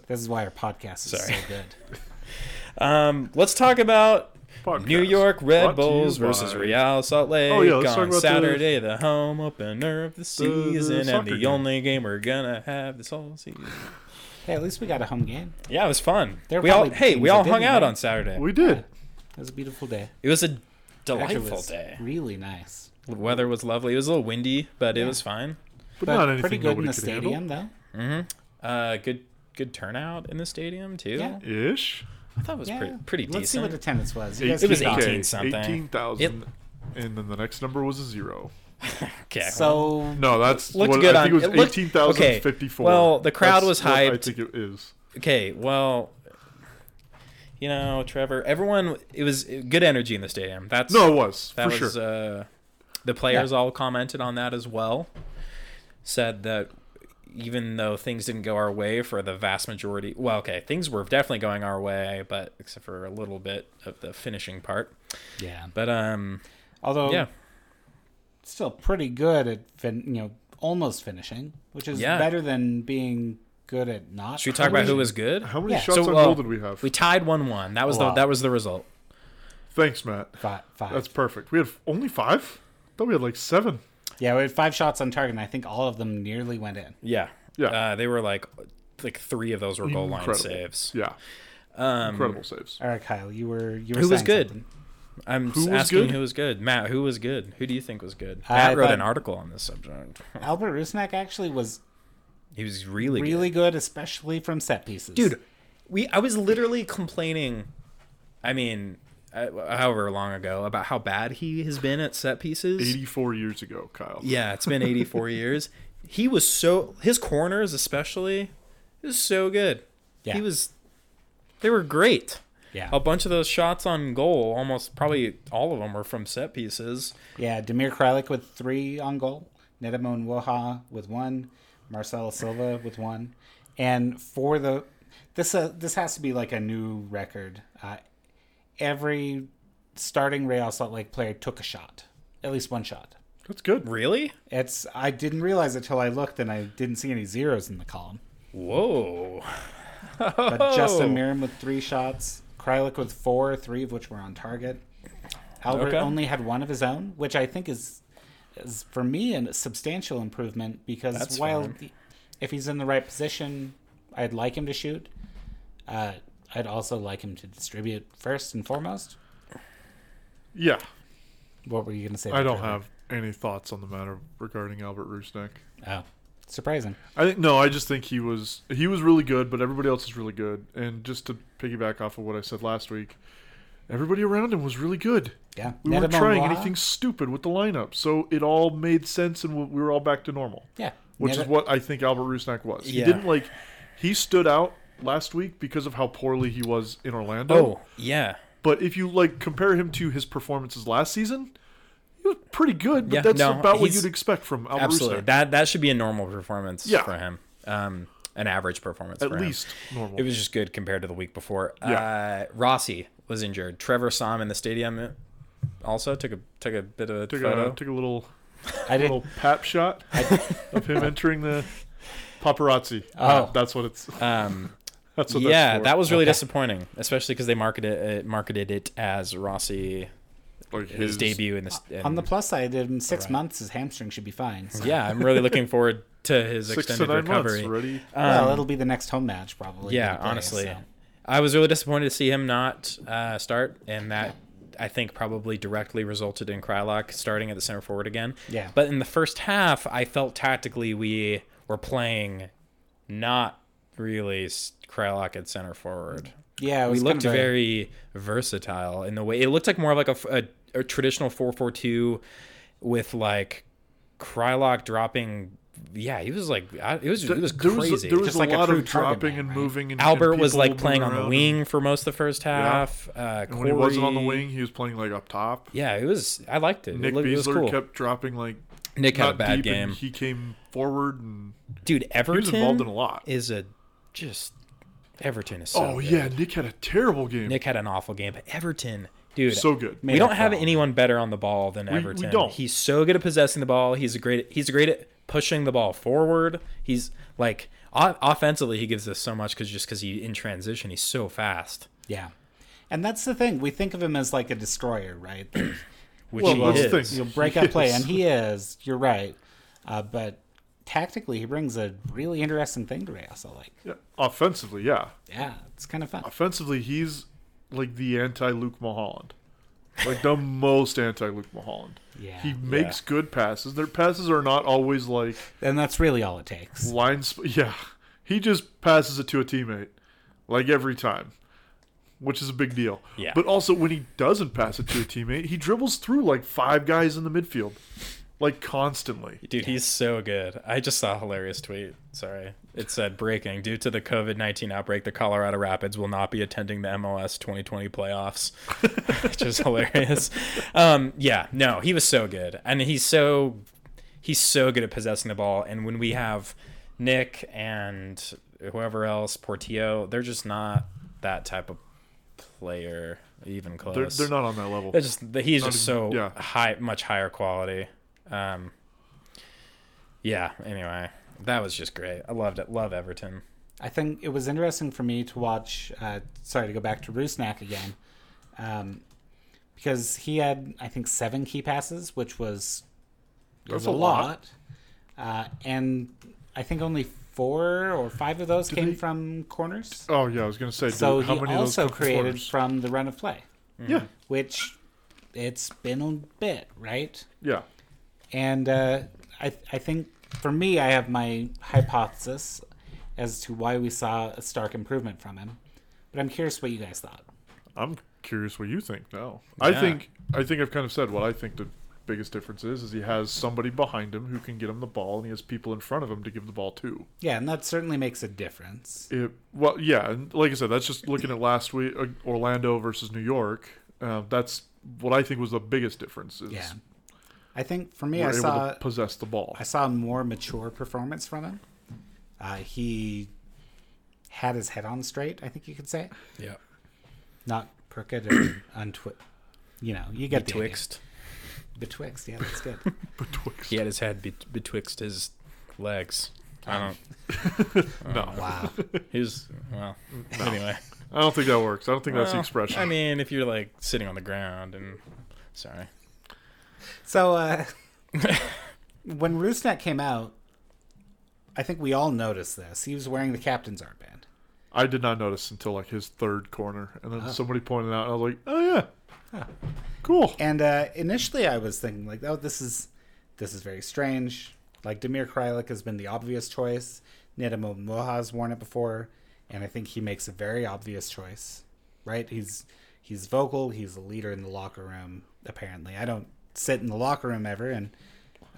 This is why our podcast is
Sorry.
so good.
Um, let's talk about
Podcast.
New York Red
Brought to you
Bulls versus
by-
Real Salt Lake
Oh, yeah, let's talk
on
about the-
Saturday, the, home opener of the season, and
soccer
the
game.
only game we're gonna have this whole season.
Hey, at least we got a home game.
Yeah, it was fun.
There were
we all
probably
hey,
teams
we
that
all hung
didn't,
out
right?
on Saturday.
We did.
It was a beautiful day.
It was a
Actually, it
delightful
was
day.
Really nice.
The weather was lovely. It was a little windy, but it was fine.
But,
But
not anything
pretty good in
nobody
the
could
stadium,
Uh, good good turnout in the stadium too.
Yeah.
handle. Ish.
I thought it was
though. Yeah.
pretty pretty
Let's see what
decent.
attendance was. You guys
It was
keep
18
talking.
something.
18,000. And then the next number was a zero.
okay.
So
No, that's
Looked
what,
good
I think
on-
it
it
was
looked-
18,054.
okay, well, the crowd
That's
was
what I
hyped.
think it is.
okay, well, you know, Trevor, everyone, it was good energy in the stadium. That's
No, it was
that
for
was
sure.
uh, the players all commented on that as well. Said that even though things didn't go our way for the vast majority, well, okay, things were definitely going our way, but except for a little bit of the finishing part.
yeah,
But um,
Oh,
although
yeah,
still pretty good at fin- you know almost finishing, which is
Yeah.
better than being good at not.
should we talk about who was good?
How many
yeah.
shots
So,
on
well,
goal did we have?
We tied one-one. That was the
Wow.
that was the result.
Thanks, Matt.
five. five.
That's perfect. We had f- only five. Thought we had like seven.
Yeah, we had five shots on target, and I think all of them nearly went in.
Yeah.
Yeah.
Uh, they were like like three of those were goal line
Incredible.
saves.
Yeah,
Um,
incredible saves.
All right, Kyle, you were you were
Who was
saying
good?
something.
I'm
Who
just
was
asking
good?
who was good. Matt, who was good? Who do you think was good?
I
Matt wrote
thought-
an article on this subject.
Albert Rusnak actually was
he was really,
really good, especially from set pieces.
good. Dude, we I was literally complaining. I mean, uh, however long ago about how bad he has been at set pieces.
Eighty-four years ago, Kyle.
Yeah, it's been 84 years. He was so his corners especially is so good.
Yeah.
He was they were great.
yeah,
A bunch of those shots on goal, almost probably all of them were from set pieces.
yeah. Demir Kralik with three on goal, Nedimon Woha with one, Marcelo Silva with one, and for the this uh, this has to be like a new record. Uh, every starting Real Salt Lake player took a shot, at least one shot.
that's good.
Really?
It's I didn't realize it till I looked and I didn't see any zeros in the column.
Whoa. Oh,
But
Oh.
Justin Miram with three shots, Krylik with four, three of which were on target. Albert
Okay.
only had one of his own, which I think is, is for me a substantial improvement because
That's
while
fine.
the- if he's in the right position, I'd like him to shoot. Uh, I'd also like him to distribute first and foremost.
Yeah,
What were you going to say?
I don't
Trevor?
have any thoughts on the matter regarding Albert Rusnak.
Oh, surprising.
I think no, I just think he was he was really good, but everybody else is really good. And just to piggyback off of what I said last week, everybody around him was really good.
Yeah,
We weren't
Nedimon
trying
Wa-
anything stupid with the lineup, so it all made sense, and we- we were all back to normal.
Yeah,
which
Nedi-
is what I think Albert Rusnak was. He
Yeah.
didn't like he stood out last week because of how poorly he was in Orlando.
Oh, yeah.
But if you like compare him to his performances last season, he was pretty good, but
Yeah,
that's
no,
about what
he's-
you'd expect from Albert
Absolutely.
Rusnak.
That that should be a normal performance
Yeah.
for him. Um an average performance
At
for him.
least normal.
It was just good compared to the week before.
Yeah.
Uh, Rossi was injured. Trevor saw him in the stadium. Also took a took a bit of a
took,
photo.
a, took a little
I
little
didn't.
pap shot of him entering the paparazzi. Uh,
Oh.
that's what it's.
Um,
That's what
yeah,
that's for.
that was really
Okay.
disappointing, especially because they marketed it, marketed it as Rossi
like
his, debut in this.
On
in-
the plus side, in six
Right.
months, his hamstring should be fine. So.
yeah, I'm really looking forward to his
six to
extended
nine
recovery.
months already.
well,
Um,
it'll be the next home match probably.
yeah,
that he plays,
honestly,
so.
I was really disappointed to see him not uh, start, and that I think probably directly resulted in Krylock starting at the center forward again.
Yeah.
But in the first half, I felt tactically we were playing not really s- Krylock at center forward.
Yeah, it
We
was
looked
kind of a-
very versatile in the way it looked like more of like a, f- a- a traditional four four two with like Krylock dropping. Yeah, he was like I- it was it was
there
crazy.
was a, there was
Just
a
like a
lot
true
of
target
dropping
man,
and
right?
moving. And,
Albert
and
was
people
like playing
moving
on the
around.
wing for most of the first half. Uh,
And when he wasn't on the
Corey-
wing, he was playing like up top.
yeah, it was. I liked it.
Nick
it, looked, it was
Beasler
cool.
kept dropping like
Nick had a
not
bad
deep, and
game,
He came forward and
dude.
he was involved in a
Everton
lot.
is a just Everton is so.
oh
good.
yeah, Nick had a terrible game.
Nick had an awful game, but Everton, dude,
so good.
we don't
up
have
well.
anyone better on the ball than
we
Everton.
don't.
He's so good at possessing the ball. He's a great. He's great at pushing the ball forward. He's like o- offensively, he gives us so much because just because he in transition, he's so fast.
Yeah. And that's the thing. We think of him as like a destroyer, right? Like,
Which
Well,
he
that's
is.
the thing.
You'll break up play,
Yes.
and he is. You're right. Uh, but tactically, he brings a really interesting thing to Real. Like,
Yeah, offensively, yeah.
yeah, it's kind of fun.
Offensively, he's like the anti Luke Mulholland, like the most anti Luke Mulholland.
Yeah.
He makes good passes. Their passes are not always like
And that's really all it takes.
line. Sp- yeah, he just passes it to a teammate, like every time, which is a big deal.
Yeah.
But also, when he doesn't pass it to a teammate, he dribbles through like five guys in the midfield, like constantly.
Dude, he's so good. I just saw a hilarious tweet. Sorry. It said breaking due to the COVID 19 outbreak, the Colorado Rapids will not be attending the MLS 2020 playoffs, which is hilarious. Um, yeah, no, he was so good. And he's so he's so good at possessing the ball. And when we have Nick and whoever else, Portillo, they're just not that type of player, even close.
They're, they're not on that level.
It's just that he's
Not
just
even-
so
yeah.
high, much higher quality. Um, yeah. Anyway, that was just great. I loved it. Love Everton.
I think it was interesting for me to watch. Uh, sorry to go back to Rusnak again, um, because he had I think seven key passes, which was it was
That's a lot.
Uh, and I think only four or five of those came
they-
from corners.
Oh yeah, I was gonna say.
So
dude, how
he
many
also
of those come from
created
corners?
from the run of play,
Yeah,
which it's been a bit right.
yeah.
And uh, I, I think for me, I have my hypothesis as to why we saw a stark improvement from him. But I'm curious what you guys thought.
I'm curious what you think now. I
Yeah.
think I think I've kind of said what I think the biggest difference is is he has somebody behind him who can get him the ball and he has people in front of him to give the ball to.
Yeah, and that certainly makes a difference.
It well yeah, and like I said that's just looking at last week uh, Orlando versus New York. Uh, that's what I think was the biggest difference is
Yeah, I think for me,
we're
I
able
saw
to possess the ball.
I saw a more mature performance from him. Uh, he had his head on straight. I think you could say,
Yeah.
not crooked or untwi. You know, you get the idea.
Betwixt.
Betwixt, yeah, that's good.
Betwixt.
He had his head bet- betwixt his legs. I don't.
No.
wow.
He's well. Anyway,
I don't think that works. I don't think that's the
Well,
expression.
I mean, if you're like sitting on the ground and sorry,
So uh, when Rusnak came out, I think we all noticed this. He was wearing the captain's armband.
I did not notice until like his third corner and then
Oh.
somebody pointed out and I was like, "Oh yeah." Cool.
And uh, initially, I was thinking like, "Oh, this is this is very strange." Like Demir Krylik has been the obvious choice. Nedimo Moha's worn it before, and I think he makes a very obvious choice, right? He's he's vocal. He's a leader in the locker room. Apparently, I don't sit in the locker room ever. And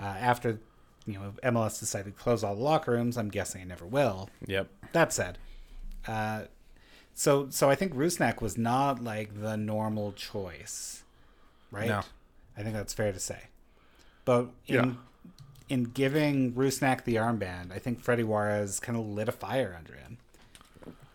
uh, after you know MLS decided to close all the locker rooms, I'm guessing I never will.
yep.
That said, uh, so so I think Rusnak was not like the normal choice, right?
No.
I think that's fair to say. But in
Yeah.
in giving Rusnak the armband, I think Freddie Juarez kind of lit a fire under him.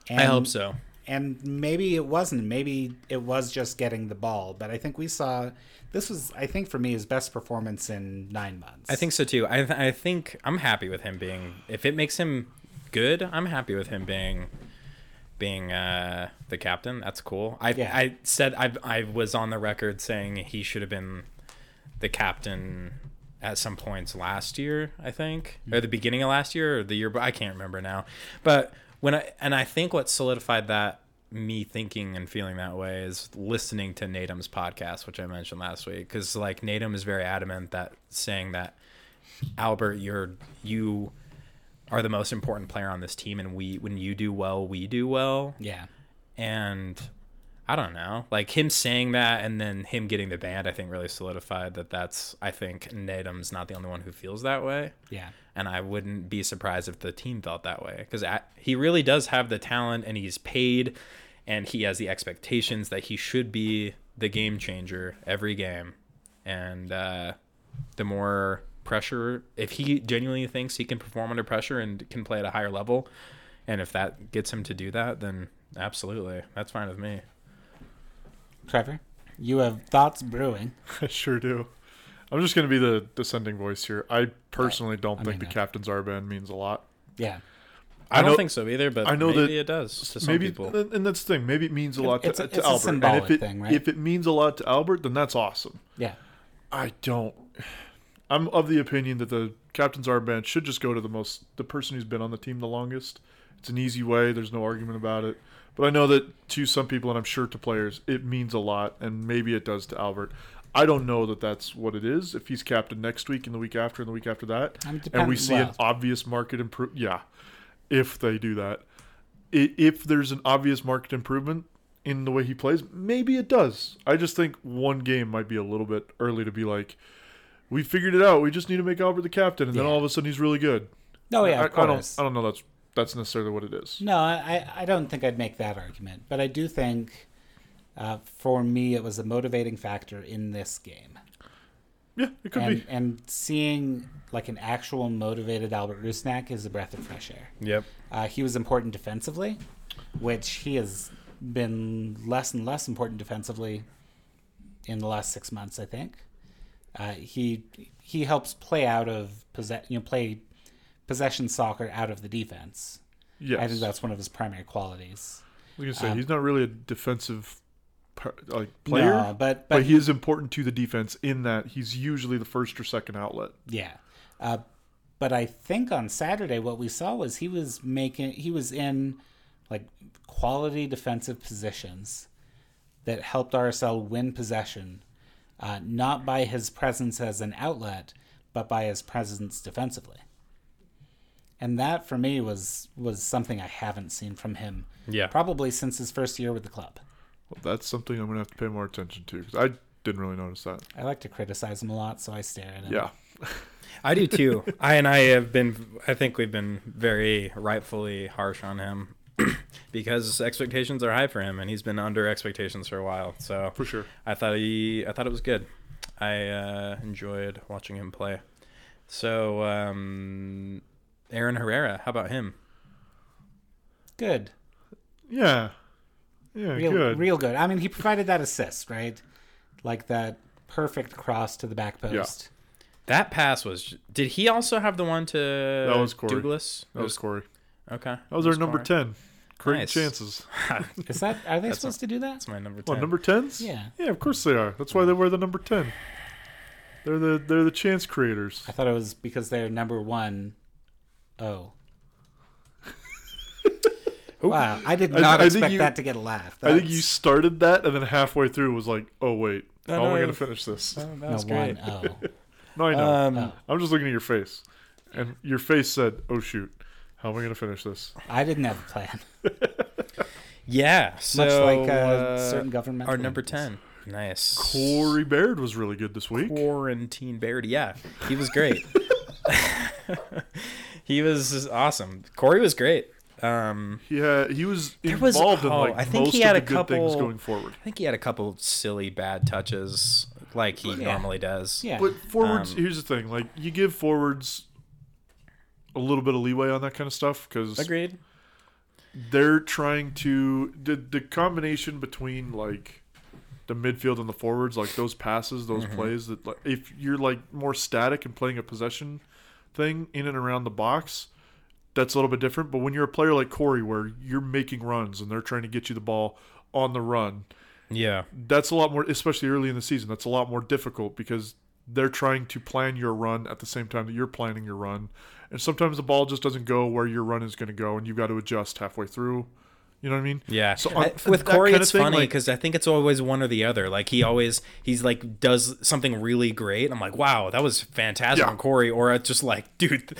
And
I hope so.
and maybe it wasn't. Maybe it was just getting the ball. But I think we saw this was, I think, for me, his best performance in nine months.
I think so too. I, th- I think I'm happy with him being. If it makes him good, I'm happy with him being being uh, the captain. That's cool. I
Yeah.
I said I I was on the record saying he should have been the captain at some points last year. I think or the beginning of last year or the year, but I can't remember now. But when I and I think what solidified that me thinking and feeling that way is listening to Natum's podcast, which I mentioned last week, because like Natum is very adamant that saying that Albert, you're you are the most important player on this team, and we when you do well, we do well.
Yeah.
And I don't know, like him saying that, and then him getting the band, I think really solidified that. That's I think Natum's not the only one who feels that way,
Yeah.
and I wouldn't be surprised if the team felt that way because he really does have the talent, and he's paid, and he has the expectations that he should be the game changer every game, and. uh the more pressure if he genuinely thinks he can perform under pressure and can play at a higher level and if that gets him to do that then absolutely that's fine with me
Trevor, you have thoughts brewing.
I sure do. I'm just going to be the dissenting voice here. I personally don't
I
think
mean uh,
the
that.
captain's armband means a lot.
Yeah.
i, don't
know-
think so either but
I know
maybe
that-
it does to some
maybe,
people
and- and that's the thing. Maybe it means a lot to,
It's a- it's
to
a
Albert. and
symbolic
if it,
thing, right?
If it means a lot to Albert, then that's awesome.
Yeah.
I don't. I'm of the opinion that the captain's armband should just go to the most the person who's been on the team the longest. It's an easy way. There's no argument about it. But I know that to some people, and I'm sure to players, it means a lot, and maybe it does to Albert. I don't know that that's what it is. If he's captain next week and the week after and the week after that,
Um,
and we
depend-
see an
well.
obvious market improve, yeah, if they do that, I- if there's an obvious market improvement in the way he plays, maybe it does. I just think one game might be a little bit early to be like, we figured it out. We just need to make Albert the captain, and then
Yeah.
all of a sudden he's really good.
No, Oh, yeah,
I,
of
I
course.
don't. I don't know. That's that's necessarily what it is.
No, I, I don't think I'd make that argument, but I do think uh, for me it was a motivating factor in this game.
Yeah, it could
and,
be.
and seeing like an actual motivated Albert Rusnak is a breath of fresh air.
yep
Uh, he was important defensively, which he has been less and less important defensively in the last six months. I think uh, he he helps play out of possess you know play possession soccer out of the defense.
Yes,
I think that's um, one of his primary qualities.
Like I say, he's not really a defensive per- like player,
No, but
but
but
he is important to the defense in that he's usually the first or second outlet.
yeah. Uh, but I think on Saturday what we saw was he was making he was in like quality defensive positions that helped RSL win possession, uh, not by his presence as an outlet, but by his presence defensively. And that for me was was something I haven't seen from him
yeah
probably since his first year with the club.
Well, that's something I'm gonna have to pay more attention to because I didn't really notice that.
I like to criticize him a lot, so I stare at him.
Yeah,
i do too i and i have been i think we've been very rightfully harsh on him because expectations are high for him and he's been under expectations for a while so
for sure.
I thought he, I thought it was good. I uh, enjoyed watching him play. So, um, Aaron Herrera, how about him?
Good.
Yeah, yeah,
real,
good.
real good. I mean, he provided that assist, right? Like that perfect cross to the back post.
That pass was. Did he also have the one to that
was Corey.
Douglas?
that was Corey.
okay.
That was our number
Corey.
ten. Great
Nice.
chances.
Is that are they supposed to do that?
That's my number ten.
What number tens?
Yeah.
yeah. Of course they are. That's why they wear the number ten. They're the they're the chance creators.
I thought it was because they're number one. Oh. wow! I did
I-
not
I think
expect
you-
that to get a laugh.
I think
That's
you started that and then halfway through was like, oh wait,
No,
how am
no,
I
no.
gonna finish this?
Oh, that
no
was great.
one oh.
No, I know.
Um,
Oh.
I'm just looking at your face, and your face said, oh shoot, how am I gonna finish this?
I didn't have a plan.
Yeah. So,
Much like uh, certain government.
our number ten. Nice.
Corey Baird was really good this week.
quarantine Baird. Yeah, he was great. he was awesome. Corey was great. Um,
He had he was
was-
involved in
oh,
like
I think
most
he had
of
a
the good things
couple-
going forward.
I think he had a couple silly bad touches like he
Oh, Yeah.
normally does.
Yeah.
But forwards,
Um,
here's the thing: like you give forwards a little bit of leeway on that kind of stuff because
Agreed.
they're trying to the, the combination between like the midfield and the forwards, like those passes, those plays that like, if you're like more static and playing a possession thing in and around the box, that's a little bit different. But when you're a player like Corey, where you're making runs and they're trying to get you the ball on the run,
Yeah.
that's a lot more, especially early in the season. That's a lot more difficult because they're trying to plan your run at the same time that you're planning your run, and sometimes the ball just doesn't go where your run is going to go, and you've got to adjust halfway through. You know what I mean?
Yeah.
So
I-
on-
Uh, with
that
Corey,
kind of
it's
thing,
funny
like-
because I think it's always one or the other. Like he always, he's like does something really great. I'm like, wow, that was fantastic
Yeah.
on Corey. Or it's just like, dude, th-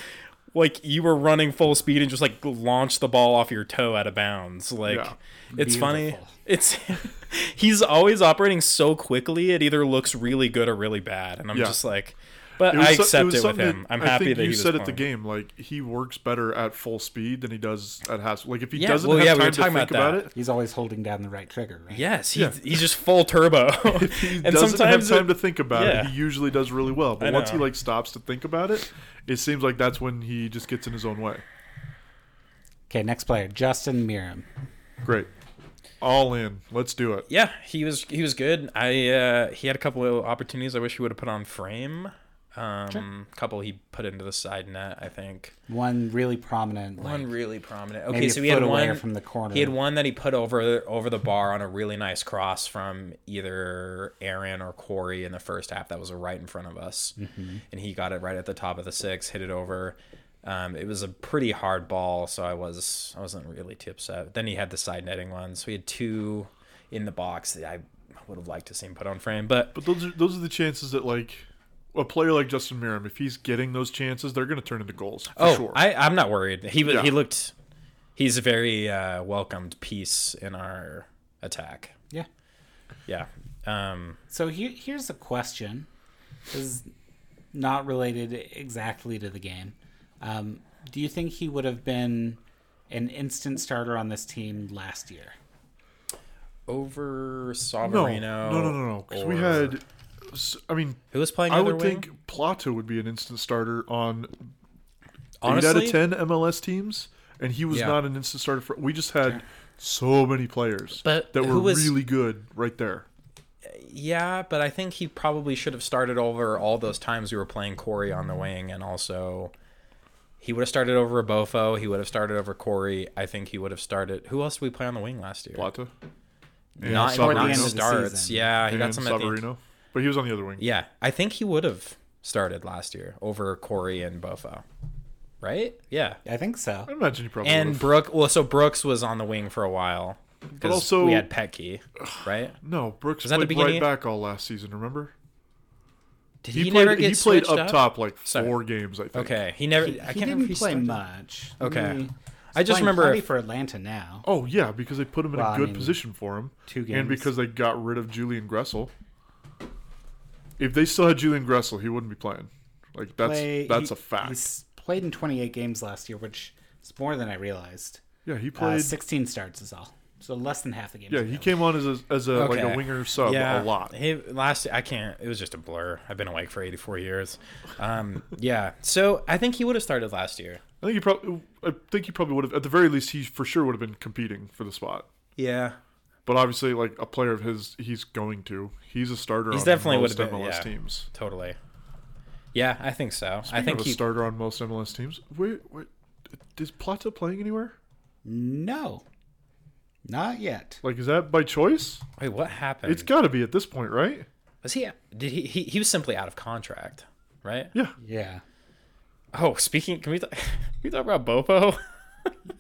like you were running full speed and just like launched the ball off your toe out of bounds. Like
Yeah.
it's funny.
Beautiful.
It's he's always operating so quickly. It either looks really good or really bad, and I'm
Yeah.
just like, but
It was
I
so-
accept
was
it, with
something
him. I'm
I
happy
think
that
you
he was
said at the
playing.
game like he works better at full speed than he does at half. Like if he
Yeah,
doesn't
well,
have
yeah, we
time
were
to
talking
think
about
about
that.
it,
He's always holding down the right trigger, right?
Yes, he, he's just full turbo,
he
and
doesn't
sometimes
have
it-
time to think about
yeah.
it. He usually does really well, but
I
once he
know.
like stops to think about it, it seems like that's when he just gets in his own way.
Okay, next player, Justin Miram.
Great, all in. Let's do it.
yeah, he was he was good. I uh, he had a couple of opportunities. I wish he would have put on frame. Um, couple he put into the side net. I think
One really prominent. Like,
one really prominent. Okay,
maybe
so
a
he had
foot away
one
from the corner.
He had one that he put over over the bar on a really nice cross from either Aaron or Corey in the first half. That was right in front of us,
Mm-hmm.
and he got it right at the top of the six, hit it over. Um, it was a pretty hard ball, so I was I wasn't really too upset. Then he had the side netting one, so he had two in the box that I would have liked to see him put on frame, but
But those are those are the chances that like a player like Justin Miram, if he's getting those chances, they're going to turn into goals. For
oh,
sure.
I I'm not worried. He
Yeah.
he looked he's a very uh, welcomed piece in our attack.
Yeah.
Yeah. Um,
So here, here's a question. This is not related exactly to the game. Um, do you think he would have been an instant starter on this team last year?
over
no,
Sovereigno.
no, no, no, no. Because we
or-
had, s- I mean,
who was playing.
I
other
would
wing?
think Plato would be an instant starter on
honestly,
eight out of ten MLS teams, and he was
Yeah.
not an instant starter. For, we just had so many players
But
that
who
were
was-
really good right there.
yeah, but I think he probably should have started over all those times we were playing Corey on
Mm.
the wing, and also he would have started over Bofo. He would have started over Corey. I think he would have started. Who else did we play on the wing last year?
Plata, and
Not,
Savarino,
not
end of the
starts.
season.
Yeah, he
and
got some. At the,
Savarino, but he was on the other wing.
yeah, I think he would have started last year over Corey and Bofo, right? Yeah.
I think so.
I imagine he probably
And
would've.
Brooke, well, so Brooks was on the wing for a while. But
also-
we had Petke, right?
no Brooks
Was that the
played
beginning?
right back all last season. Remember,
Did
he,
he,
played
never get
he played
switched
up, top like four
Sorry.
games. I think.
Okay, he never.
He,
I can't
he
remember. if
didn't
he
play
started.
much.
Okay.
He-
I
he's
just
playing
remember
plenty
if-
for Atlanta now.
Oh yeah, because they put him in
Well, I
a good
mean,
position for him,
two games.
and because they got rid of Julian Gressel. If they still had Julian Gressel, he wouldn't be playing. Like that's
Play-
that's
he-
a fact.
He's played in 28 games last year, which is more than I realized.
yeah, he
Uh,
played.
16 starts is all. So less than half the games.
yeah,
we
he
have.
came on as a, as a like
Okay.
a winger sub
Yeah,
a lot.
He last I can't. It was just a blur. I've been awake for eighty four years. Um, yeah. So I think he would have started last year.
I think he probably I think he probably would have at the very least he for sure would have been competing for the spot.
Yeah.
But obviously, like a player of his, he's going to. He's a starter.
He's
on
definitely
most
would've been-
MLS
yeah.
teams.
Totally. Yeah, I think so. I think
of a
he.
starter on most MLS teams. Wait, wait, is Plata playing anywhere?
No. Not yet.
Like, is that by choice?
Wait, what happened?
It's got to be at this point, right?
was he? Did he, he? He was simply out of contract, right?
Yeah.
Yeah.
Oh, speaking. Can we? Th- can we talk about Bopo?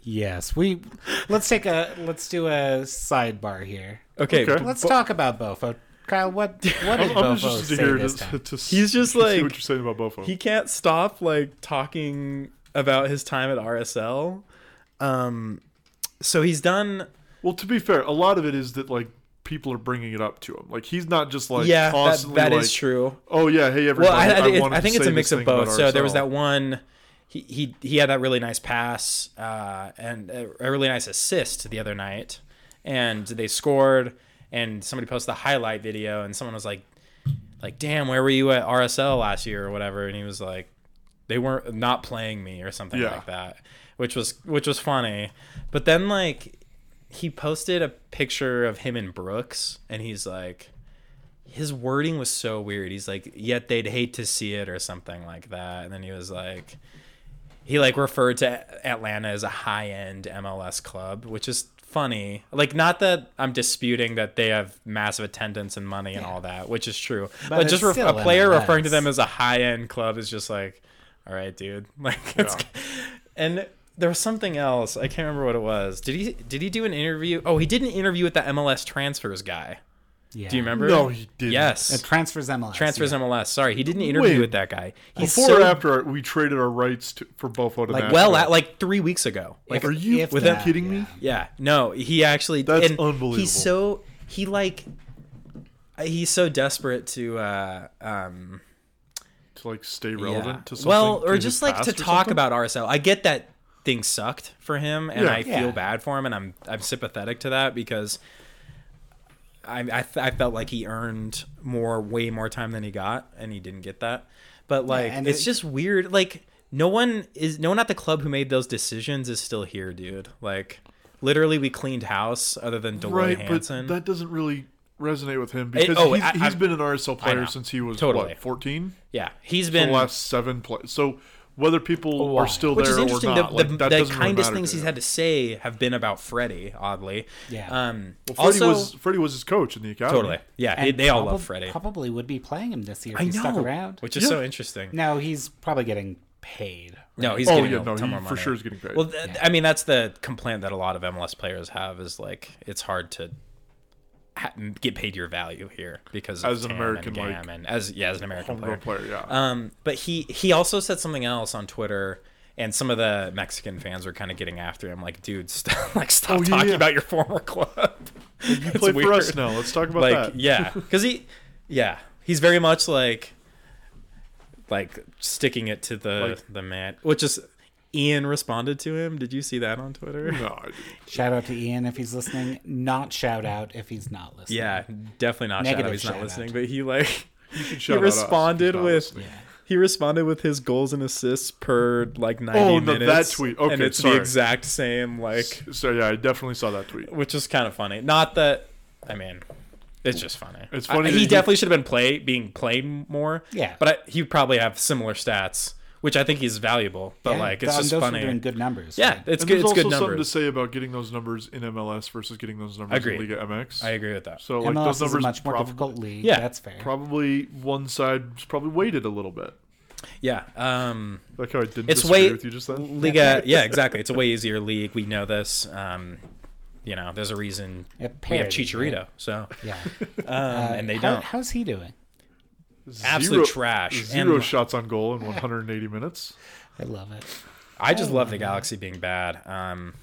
Yes, we let's take a let's do a sidebar here.
okay.
Okay.
Let's talk about Bofo. Kyle, what what did
I'm, I'm
Bofo
just
say
here to,
this time?
to, to
He's just
see what
like-
you're saying about Bofo.
he can't stop like talking about his time at RSL. Um, so he's done.
well, to be fair, a lot of it is that like people are bringing it up to him. Like he's not just like
yeah, that,
constantly
that is
like,
true.
Oh yeah, hey
Well,
everybody.
I, I, think-
wanted
I
to
think it's
say
a mix
this
of
thing about
both. So there was
RSL.
that one. He, he, he had that really nice pass uh, and a, a really nice assist the other night, and they scored. And somebody posted the highlight video, and someone was like, "Like, damn, where were you at RSL last year or whatever?" And he was like, "They weren't not playing me or something
Yeah.
like that." which was which was funny. But then like he posted a picture of him and Brooks, and he's like, his wording was so weird. He's like, yet they'd hate to see it or something like that. And then he was like, he like referred to Atlanta as a high end MLS club, which is funny. Like, not that I'm disputing that they have massive attendance and money and all that, which is true. But,
But
just
it's
ref- a
still
player
MLS.
referring to them as a high end club is just like, all right, dude. Like, it's, and there was something else. I can't remember what it was. Did he did he do an interview? Oh, he did an interview with the MLS transfers guy.
Yeah.
Do you remember?
No, he didn't.
Yes.
It transfers MLS.
Transfers
yeah.
MLS. Sorry, he did an interview
Wait.
with that guy. He's
Before
so-
or after uh, we traded our rights to, for Bofo to
Like,
Nashville.
well, at, like three weeks ago. Like,
Are you
If
without
that,
kidding me?
yeah.
yeah, no, he actually.
That's
and
unbelievable.
He's so he like he's so desperate to uh um
To like stay relevant
yeah.
to something.
well
to
or
his
just like
past
to
or
talk
something?
about RSL. I get that thing sucked for him, and
Yeah.
I
Yeah.
feel bad for him, and I'm I'm sympathetic to that because. I, I, f- I felt like he earned more way more time than he got and he didn't get that but like
and
it's
it-
just weird like no one is no one at the club who made those decisions is still here dude like literally we cleaned house other than Deloitte
right,
Hansen
but that doesn't really resonate with him because
oh,
he's,
I-
he's
I-
been an RSL
know.
player since he was
Totally.
what 14.
yeah he's
The
been
last seven plays. So whether people are still
Oh, which
there
is interesting
or not,
the,
like,
the,
that
the
doesn't really
kindest
matter
things
to
he's
him.
had to say have been about Freddie oddly
Yeah.
um
Well, Freddie
also
was Freddie was his coach in the academy. Oh,
totally yeah
And
they, they all
probab-
love Freddie
Probably would be playing him this year if
I
he stuck
know
around.
which is
Yeah.
so interesting
No, he's probably getting paid.
No, he's
Oh,
getting
yeah,
a
no,
ton
he
more
for
money.
sure is getting paid.
Well, th- I mean, that's the complaint that a lot of MLS players have is like it's hard to ha- get paid your value here because of
As an
TAM
American,
and GAM
like,
and as yeah, as an American player.
Homegrown player, yeah.
Um, but he he also said something else on Twitter. And some of the Mexican fans were kind of getting after him, like, "Dude, stop, like, stop
Oh, yeah,
talking
yeah.
about your former club." You
play for us now. Let's talk about
like,
that.
yeah, because he, yeah, he's very much like, like sticking it to the the man, which is Ian responded to him. Did you see that on Twitter?
No, I didn't.
Shout out to Ian if he's listening. Not shout out if he's not listening.
Yeah, definitely not. Negative shout out.
Negative
He's
shout
not
out.
listening, but he like he
shout out us.
responded
He's not
with
listening.
he responded with his goals and assists per like ninety
Oh, no, that
minutes.
tweet.
and
Okay,
it's
sorry.
the exact same like,
So yeah, I definitely saw that tweet.
which is kind of funny. Not that I mean. It's just funny.
It's funny
I-
that
he
he-
definitely should have been play being played more.
Yeah.
but I, he'd probably have similar stats, which I think is valuable. But
Yeah,
like, it's
th-
just
those were
funny.
doing good numbers.
yeah, it's good.
And there's
It's
also
good
something to
numbers.
say about getting those numbers in MLS versus getting those numbers
Agreed.
in Liga MX.
I agree with that.
So like
MLS
those
is a
numbers
much more
prob-
difficult league.
Yeah.
that's fair.
Probably one side's probably weighted a little bit.
yeah. Um,
Like how I didn't
It's
disagree
way-
with you just then.
Liga, yeah, exactly. It's a way easier league. We know this. Um, you know, there's a reason
Yeah,
we have
parity,
Chicharito.
right?
So,
yeah, Uh,
um, and they
How-
don't.
how's he doing?
absolute trash.
Zero
And-
shots on goal in 180 minutes.
I love it.
I just love the Galaxy being bad. Um,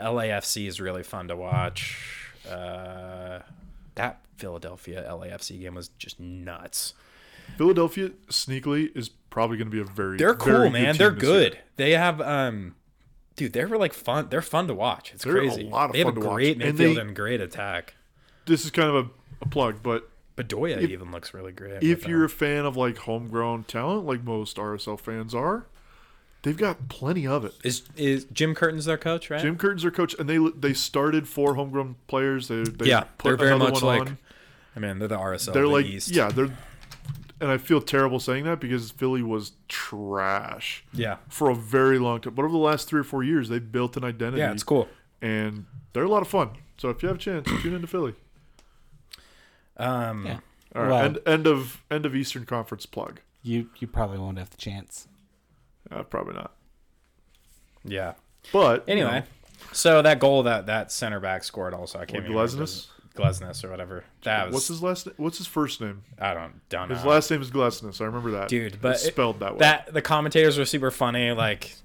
LAFC is really fun to watch. Uh, that Philadelphia LAFC game was just nuts.
Philadelphia sneakily is probably going to be a very
They're
very
cool,
good
man.
team
They're
this year.
good. They have, um, dude, they were like fun. They're fun to watch. It's
They're a
crazy.
lot of
they have
fun
a
to watch.
great
And
midfield
they-
and great attack.
This is kind of a, a plug, but
Bedoya even looks really great. uh, with
if
them.
you're a fan of like homegrown talent, like most RSL fans are, they've got plenty of it.
is is Jim Curtin's their coach, right?
Jim Curtin's their coach, and they they started four homegrown players. They, they
yeah,
put
they're very
another
much
one
like.
on.
I mean, they're the RSL.
they're
of the
like
East.
yeah they're. And I feel terrible saying that because Philly was trash
yeah,
for a very long time. But over the last three or four years, they've built an identity.
yeah. It's cool.
and they're a lot of fun. So if you have a chance, tune into Philly.
Um,
Yeah.
All right,
Well-
end end of end of Eastern Conference plug.
You you probably won't have the chance.
Uh, probably not,
yeah.
but you
Anyway, so that goal that that center back scored also. I can't
Well,
even remember
Glesnes?
his- Glesnes or whatever. That
know,
was
what's his last? na- What's his first name?
I don't don't know.
His last name is Glassness. I remember that,
Uh, Dude, but
It's
it-
spelled that way.
that the commentators were super funny. Like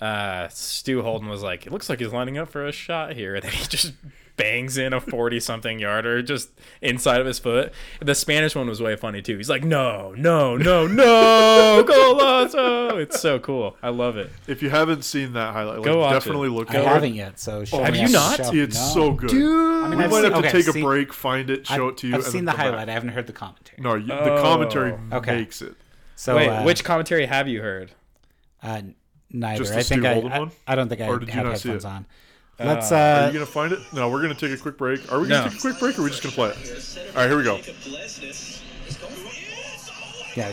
uh, Stu Holden was like, "It looks like he's lining up for a shot here," and then he just bangs in a forty-something yarder just inside of his foot. The Spanish one was way funny too. He's like, "No, no, no, no, golazo!" It's so cool. I love it.
if you haven't seen that highlight, like,
Go watch
definitely
it.
look
I
at it.
haven't yet. So show
Oh,
Have
me
you
up-
not?
show-
It's
no.
so good.
I mean,
we
I've
might
seen-
have to
okay,
take
see-
a break, find it, show
I've-
it to you.
I've
and
seen the
then come
highlight.
back.
I haven't heard the commentary.
No, you,
Oh.
the commentary
Okay.
makes it.
So
Wait,
uh,
which commentary have you heard?
Uh, Neither.
Just the
I think
Stu
I,
Holden
I,
one?
I don't think I
Or did
have
you not see
headphones
it?
on. Let's
Are
uh
you gonna find it? No, we're gonna take a quick break. Are we gonna
No.
take a quick break, or are we just gonna play it? All right, here we go.
yeah.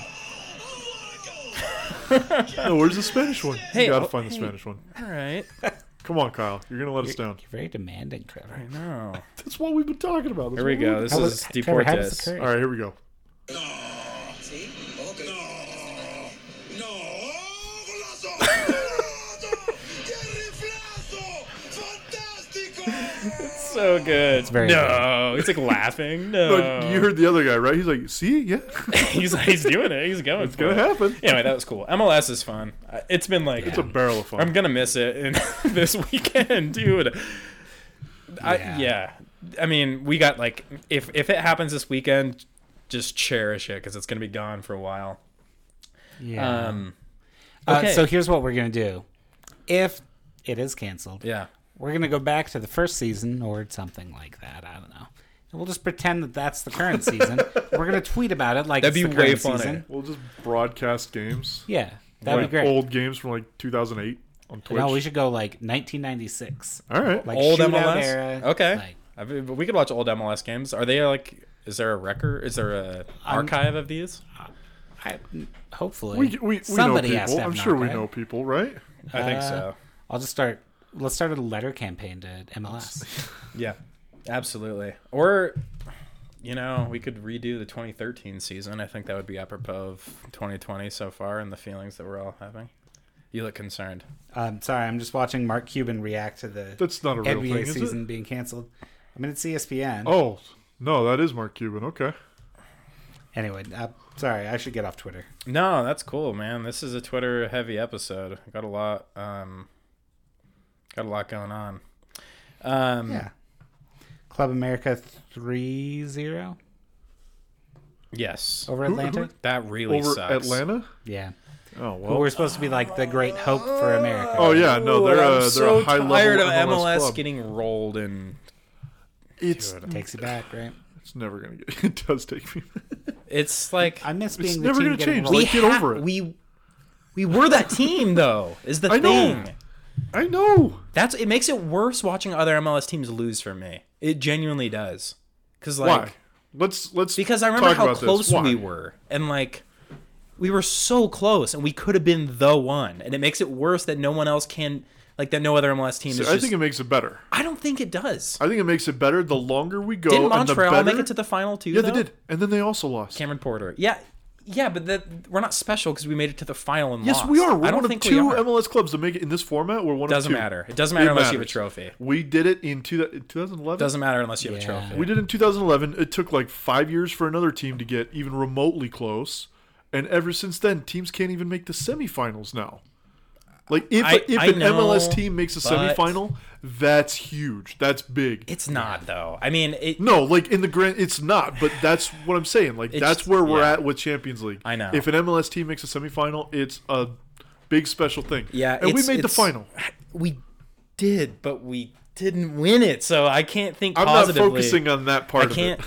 No, where's the Spanish one?
Hey,
you gotta
oh,
find the
hey.
Spanish one.
All right.
Come on, Kyle. You're gonna let us down.
You're very demanding, Trevor.
No.
That's what we've been talking about. That's
Here we
what we've
go.
been-
This
How was-
is
Trevor, how does the
Deportes.
curry-
All right, here we go.
So good. It's
very
no. It's like laughing. No.
Uh,
But you heard the other guy, right? He's like, "See, yeah,
he's he's doing it. He's going. It's
gonna happen."
Anyway, that was cool. MLS is fun. I- It's been like
It's a barrel of fun.
I'm gonna miss it in this weekend, dude. I,
Yeah.
yeah. I mean, we got like if if it happens this weekend, just cherish it because it's gonna be gone for a while.
uh,
Yeah.
Um.
Uh, so here's what we're gonna do. If it is canceled,
yeah.
we're gonna go back to the first season or something like that. I don't know. And we'll just pretend that that's the current season. We're gonna tweet about it like
That'd
it's
be
the
way
current
funnier.
season.
We'll just broadcast games,
Yeah, that'd
like
be great.
old games from like 2008 on Twitch.
no, we should go like 1996,
All right.
like
Old
shootout
MLS.
era.
okay.
uh, like-
I mean, but we could watch old MLS games. Are they like? Is there a record? Is there a archive of these?
I, hopefully,
we, we, we
somebody
know
has to
people.
have
I'm
an
sure we
archive.
know people, right?
I think
Uh,
so.
I'll just start. Let's start a letter campaign to MLS.
Yeah, absolutely. Or, you know, we could redo the 2013 season. I think that would be apropos of 2020 so far and the feelings that we're all having. You look concerned.
um, sorry, I'm just watching Mark Cuban react to the
That's not a real
NBA
thing, is
season
it?
being canceled. I mean, it's E ESPN.
Oh no, that is Mark Cuban. Okay.
Anyway, uh, sorry, I should get off Twitter.
No, that's cool, man. This is a Twitter heavy episode. Got a lot, um, got a lot going on.
Hmm.
Um,
Yeah. Club America 3 0
Yes,
over
Who-
Atlanta?
who-
that really
Over
sucks.
Atlanta.
Yeah.
Oh
Who
well.
were supposed to be like the great hope for America.
Oh yeah, no, they're
I'm
a, they're
so
a high
tired
level
of MLS,
club.
getting rolled in.
It's
Takes you back, right?
it's never gonna get. It does take me.
It's like
I miss being
It's
the
never
team
gonna
getting
change.
rolled.
Like, get over it.
We we were that team though. Is the
I know.
thing.
I know.
That's it makes it worse watching other MLS teams lose for me. It genuinely does. Cuz like
Why? Let's let's
because I remember
talk
how
about this.
close
Why?
we were and like we were so close and we could have been the one and it makes it worse that no one else can like that no other MLS team is
I
just-
think it makes it better.
I don't think it does.
I think it makes it better the longer we go.
Didn't
and the
Montreal
better,
make it to the final two?
Yeah, they
though?
did, and then they also lost.
Cameron Porter. Yeah. Yeah, but that we're not special because we made it to the final and
yes,
lost.
we are. We're
I don't
one
think
of
we
two
are.
MLS clubs that make it in this format. We're one
Doesn't
of two.
matter. It doesn't matter
It
unless you have a
matters.
trophy.
We did it in two, 2011.
Doesn't matter unless you have
Yeah.
a trophy.
we did it in 2011. It took like five years for another team to get even remotely close, and ever since then, teams can't even make the semifinals now. Like if
I-
if
I
an MLS
know,
team makes a
but-
semifinal, that's huge. That's big.
It's not though. I mean, it,
No, like in the grand, it's not. But that's what I'm saying. Like that's
just-
where we're
yeah.
at with Champions League.
I know.
If an MLS team makes a semifinal, it's a big special thing.
Yeah,
and we
it's-
made the
it's-
final.
we did, but we didn't win it. So I can't think
I'm not
positively.
focusing on that part.
I can't.
Of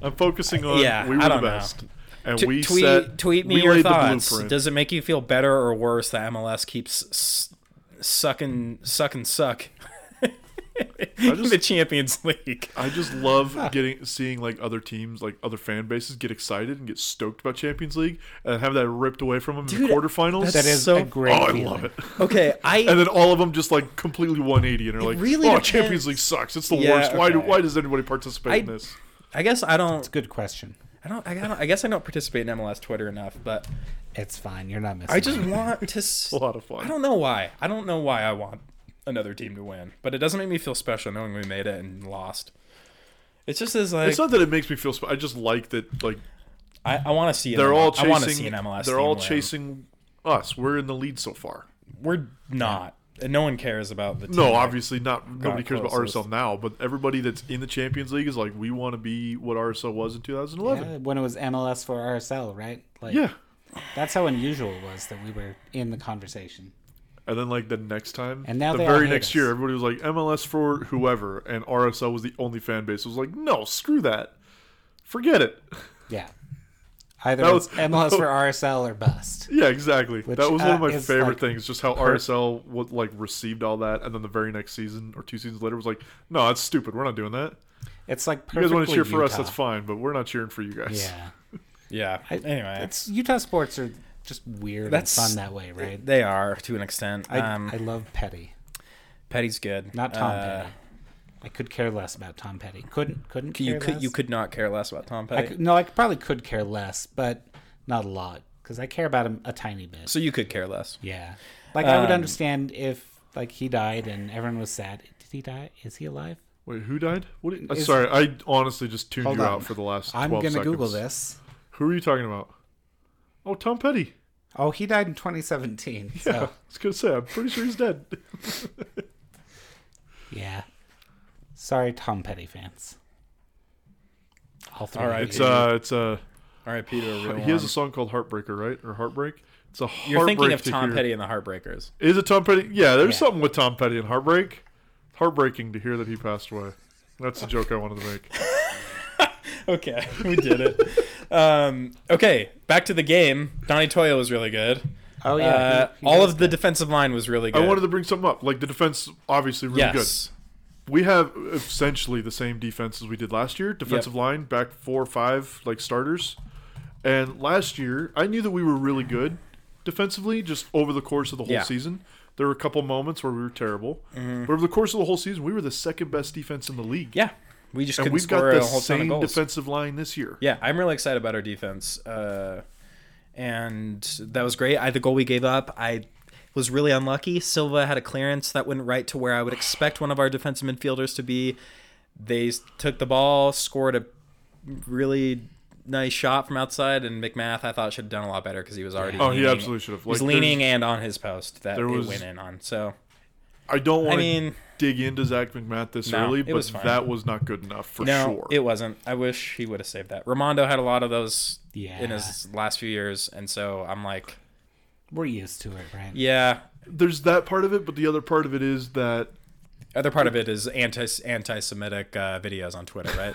it. I'm focusing on
Yeah,
we were
I don't
the
know.
best, and
T-
we
tweet,
set,
tweet me
we
your
laid The
thoughts.
blueprint.
Does it make you feel better or worse that MLS keeps s- sucking, sucking, suck in
just-
the Champions League?
I just love getting seeing like other teams, like other fan bases, get excited and get stoked about Champions League, and have that ripped away from them in
Dude,
the quarterfinals.
That is
So-
a
oh,
great
I
feeling.
love it.
Okay,
and
I
then all of them just like completely 180 and are like,
really
"Oh,
depends."
Champions League sucks. It's the
Yeah,
worst. Why do
okay.
why does anybody participate in
I-
this?"
I guess I don't
Good question.
I don't I, don't I guess I don't participate in MLS Twitter enough, but
It's fine. You're not missing.
I just
it.
want to. s-
A lot of fun.
I don't know why. I don't know why I want another team to win, but it doesn't make me feel special knowing we made it and lost. It's just as like
it's not that it makes me feel. Sp- I just like that. Like
I, I want to see. An
they're
M-
all
I want to
chasing.
see an MLS.
they're
team
all
win.
chasing us. We're in the lead so far.
We're not. And no one cares about the. Team.
No, obviously not. Nobody cares about
closest.
RSL now, but everybody that's in the Champions League is like, we want to be what RSL was in 2011.
Yeah, when it was MLS for RSL, right? Like,
Yeah.
That's how unusual it was that we were in the conversation.
And then like the next time,
And now
the
they all
very
hate
next
us.
year, everybody was like MLS for whoever, and RSL was the only fan base. It was like, no, screw that, forget it.
Yeah. Either
That
it's
was-
MLS for RSL or bust.
Yeah, exactly.
Which,
that was one of
uh,
my
is,
favorite
like,
things, just how RSL would, like received all that, and then the very next season or two seasons later was like, "No, that's stupid. We're not doing that.
It's like
You
perfectly
guys want to cheer for us?
Utah.
That's fine, but we're not cheering for you guys."
Yeah.
Yeah.
I-
anyway,
it's Utah sports are just weird
That's-
and fun that way, right?
they are to an extent.
I,
um,
I love Petty,
Petty's good.
not Tom
Uh,
Petty. I could care less about Tom Petty. Couldn't couldn't
You
care
could
less.
you could not care less about Tom
I
Petty.
could- no, I probably could care less, but not a lot because I care about him a tiny bit.
so you could care less.
yeah, like I would
Um,
understand if like he died and everyone was sad. Did he die? Is he alive?
Wait, who died? What? Did, uh,
Is-
sorry, I honestly just tuned
Hold
you
on.
out for the last. 12
I'm gonna
seconds.
Google this.
Who are you talking about? Oh, Tom Petty.
Oh, he died in 2017.
Yeah, I
So
was gonna say. I'm pretty sure he's dead.
yeah. Sorry, Tom Petty fans. All three.
All
of
right,
you.
It's uh, it's uh,
R.I.P. to a real
he has a
one.
song called Heartbreaker, right? Or Heartbreak. It's a heartbreak
You're thinking of
to
Tom
hear.
Petty and the Heartbreakers.
Is it Tom Petty? Yeah, there's
Yeah.
something with Tom Petty and heartbreak. Heartbreaking to hear that he passed away. That's the joke I wanted to make.
Okay, we did it. um, okay, back to the game. Donny Toyo was really good.
Oh yeah,
uh,
he- he
all
does
of the defensive line was really
I
good.
wanted to bring something up. Like the defense, obviously really
yes,
good. We have essentially the same defense as we did last year. Defensive line back four or five like starters. And last year, I knew that we were really good defensively. Just over the course of the whole
Yeah. Mm-hmm.
season, there were a couple moments where we were terrible. But over the course of the whole season, we were the second best defense in the league.
yeah, we just
and
couldn't
we've got
score
the
a whole ton of
same
goals.
defensive line this year.
Yeah, I'm really excited about our defense, uh, and that was great. I the goal we gave up, I was really unlucky. Silva had a clearance that went right to where I would expect one of our defensive midfielders to be. They s- took the ball, scored a really nice shot from outside, and McMath I thought should have done a lot better because he was already
Oh, he
leaning-
absolutely should have.
he was
Like, there's-
leaning and on his post that
there was-
it went in on. So
I don't want
mean-
to dig into Zach McMath this
No,
early,
it
but
was fine.
that was not good enough for
no,
sure.
it wasn't. I wish he would have saved that. Ramondo had a lot of those in his last few years, and so I'm like,
We're used to it, right?
yeah.
There's that part of it, but the other part of it is that
Other part of it is anti anti-Semitic uh, videos on Twitter, right?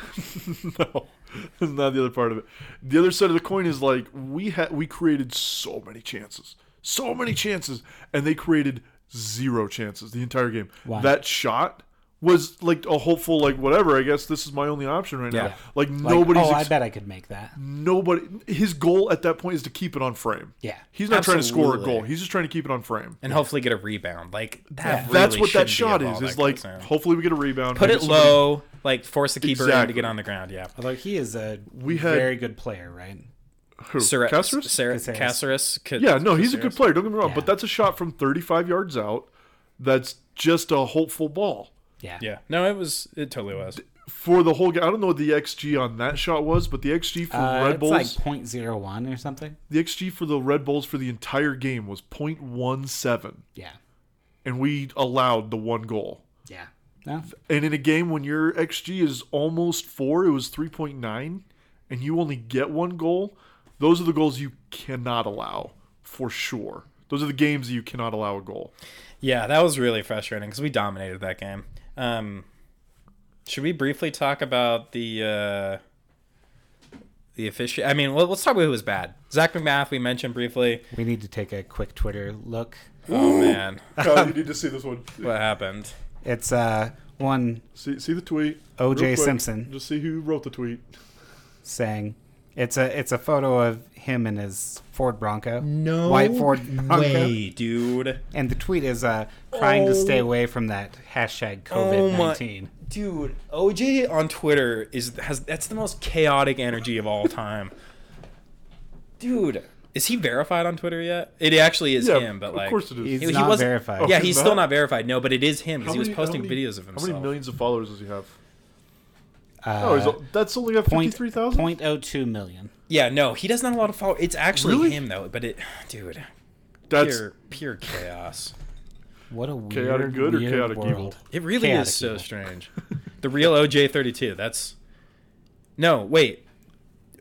no, that's not the other part of it. The other side of the coin is like we had we created so many chances, so many chances, and they created zero chances the entire game. That shot was like a hopeful like whatever. I guess this is my only option right
Yeah.
now. Like,
Like,
nobody's
Oh,
ex-
I bet I could make that.
Mm.
nobody. His goal at that point is to keep it on frame.
Yeah.
He's not trying to score a
Absolutely.
goal. He's just trying to keep it on frame.
and hopefully get a rebound. Like that. really
That's what
shouldn't
that
be
shot
a ball
is.
that
Is like
goes in.
hopefully we get a rebound.
put
maybe
it
somebody-
low, like force the keeper in to
Exactly.
get on the ground. Yeah,
Although he is a
had-
very good player, right?
Who?
Sar-
Caceres?
Sar-
Caceres.
Caceres could-
yeah, no, he's a good
Caceres.
player. Don't get me wrong,
Yeah.
but that's a shot from 35 yards out. That's just a hopeful ball
Yeah.
Yeah, no, it was it totally was.
for the whole game. I don't know what the xG on that shot was, but the xG for
Uh,
Red
it's
Bulls,
like 0.01 or something.
the xG for the Red Bulls for the entire game was 0.17,
Yeah.
and we allowed the one goal.
Yeah. No.
And in a game when your XG is almost four, it was 3.9, and you only get one goal, those are the goals you cannot allow for sure. Those are the games that you cannot allow a goal.
Yeah, that was really frustrating because we dominated that game. Um, should we briefly talk about the uh, the official? I mean, well, let's talk about who was bad. Zach McMath, we mentioned briefly.
We need to take a quick Twitter look.
Oh man,
you need to see this one.
what happened?
It's uh, one
See, see the tweet.
O.J.
Real quick.
Simpson.
Just see who wrote the tweet.
saying it's a it's a photo of him and his Ford Bronco.
No
White Ford Bronco.
way, dude.
And the tweet is uh, trying to stay away from that hashtag
Oh
COVID
my,
19.
dude. OJ on Twitter is has that's the most chaotic energy of all time. dude, is he verified on Twitter yet? It actually is him, but
of
like,
course it is.
He's
He- he
not
wasn't-
verified.
yeah,
he's
he's still
not?
not verified. No, but it is him because
How
he was
many- how
posting
many-
videos of himself.
How many millions of followers does he have?
Uh,
Oh, he's, that's only got
point-
53,000?
0.02 million.
Yeah, no, he doesn't have a lot of followers. It's actually
Really?
him though, but it, dude,
That's
pure pure chaos.
What a weird,
chaotic good or
weird
chaotic
world.
evil?
It really
Chaotic
is so
evil.
strange. The real OJ32. That's no wait.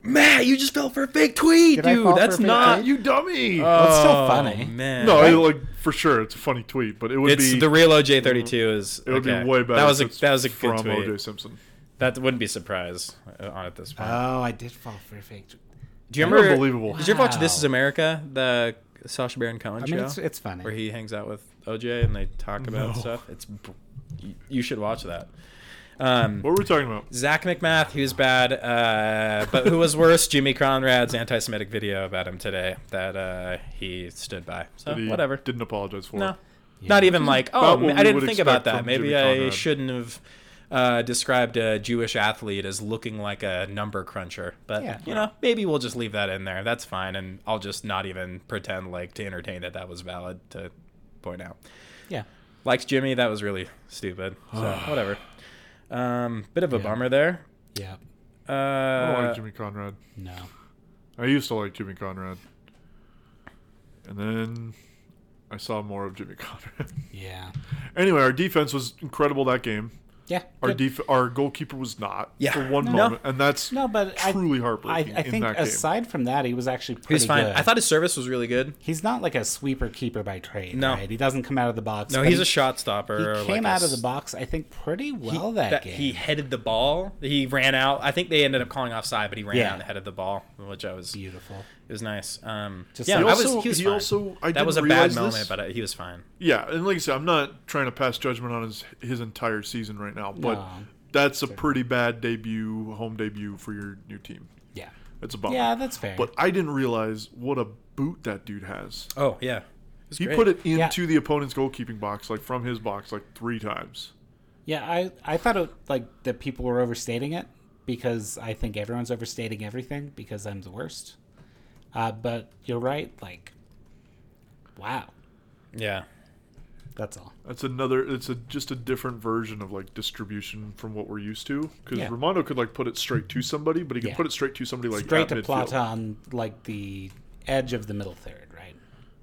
Matt, you just fell for a fake tweet,
Did I fall
dude.
for
That's
a fake
not.
tweet?
You dummy!
Well, it's still
Oh,
funny.
Man.
no, it, like for sure, it's a funny tweet, but it would
it's
be Mm-hmm.
the real OJ32 is.
It would
okay.
be way better.
That was a
if it's
that was a
from
good tweet.
OJ Simpson.
That wouldn't be surprised uh, on at this point.
Oh, I did fall for a fake.
Do you remember?
Unbelievable.
Did you ever watch
Wow.
This Is America, the Sacha Baron Cohen
I mean,
show,
it's it's funny.
where he hangs out with OJ and they talk about stuff? It's br- you, you should watch that. Um,
What were we talking about?
Zach McMath, he was bad, uh, but who was worse? Jimmy Conrad's anti-Semitic video about him today that uh, he stood by. So
That he
whatever.
Didn't apologize for.
No, not even like oh,
about what
I
we
didn't
would
think
expect
about that.
from
Maybe
Jimmy
I
Conrad.
shouldn't have uh, described a Jewish athlete as looking like a number cruncher. But
Yeah.
you know, maybe we'll just leave that in there. That's fine, and I'll just not even pretend like to entertain that that was valid to point out.
Yeah.
Likes Jimmy, that was really stupid. So whatever. Um, bit of a
Yeah.
bummer there.
Yeah.
Uh,
I don't like Jimmy Conrad.
No.
I used to like Jimmy Conrad, and then I saw more of Jimmy Conrad.
Yeah.
anyway, our defense was incredible that game.
Yeah.
Our
good.
def- our goalkeeper was not
Yeah.
for one
No.
moment, and that's
no, but I-
truly
I,
heartbreaking
I
in
think
that game.
aside from that, he was actually pretty
He was fine.
good.
I thought his service was really good.
he's not like a sweeper keeper by trade.
No.
right? he doesn't come out of the box.
No,
but
he's
he-
a shot stopper.
He
or
came
like a
out of the
s-
box, I think, pretty
He-
well that, game.
He headed the ball. He ran out. I think they ended up calling offside, but he ran
Yeah.
out and headed the ball, which I was it
beautiful.
was nice. Um,
Just
yeah,
like-
I
He
was,
also-
he was
he
fine.
also- I
that was a
didn't
bad
realize
moment,
this.
but uh, he was fine.
Yeah, and like I said, I'm not trying to pass judgment on his his entire season right now, but
No.
that's a pretty bad debut, home debut for your new team.
Yeah.
It's
Oh.
a bummer.
Yeah, that's fair.
But I didn't realize what a boot that dude has.
Oh yeah,
He
great.
put it
Yeah.
into the opponent's goalkeeping box, like from his box, like three times.
Yeah, I, I thought it, like that people were overstating it because I think everyone's overstating everything because I'm the worst. Uh, but you're right. Like, wow,
yeah.
that's all.
That's another. It's a just a different version of like distribution from what we're used to. Because
Yeah.
Romano could like put it straight to somebody, but he could
Yeah.
put it straight to somebody
Oh,
like
Straight
at
to
midfield.
Plata on like the edge of the middle third, right?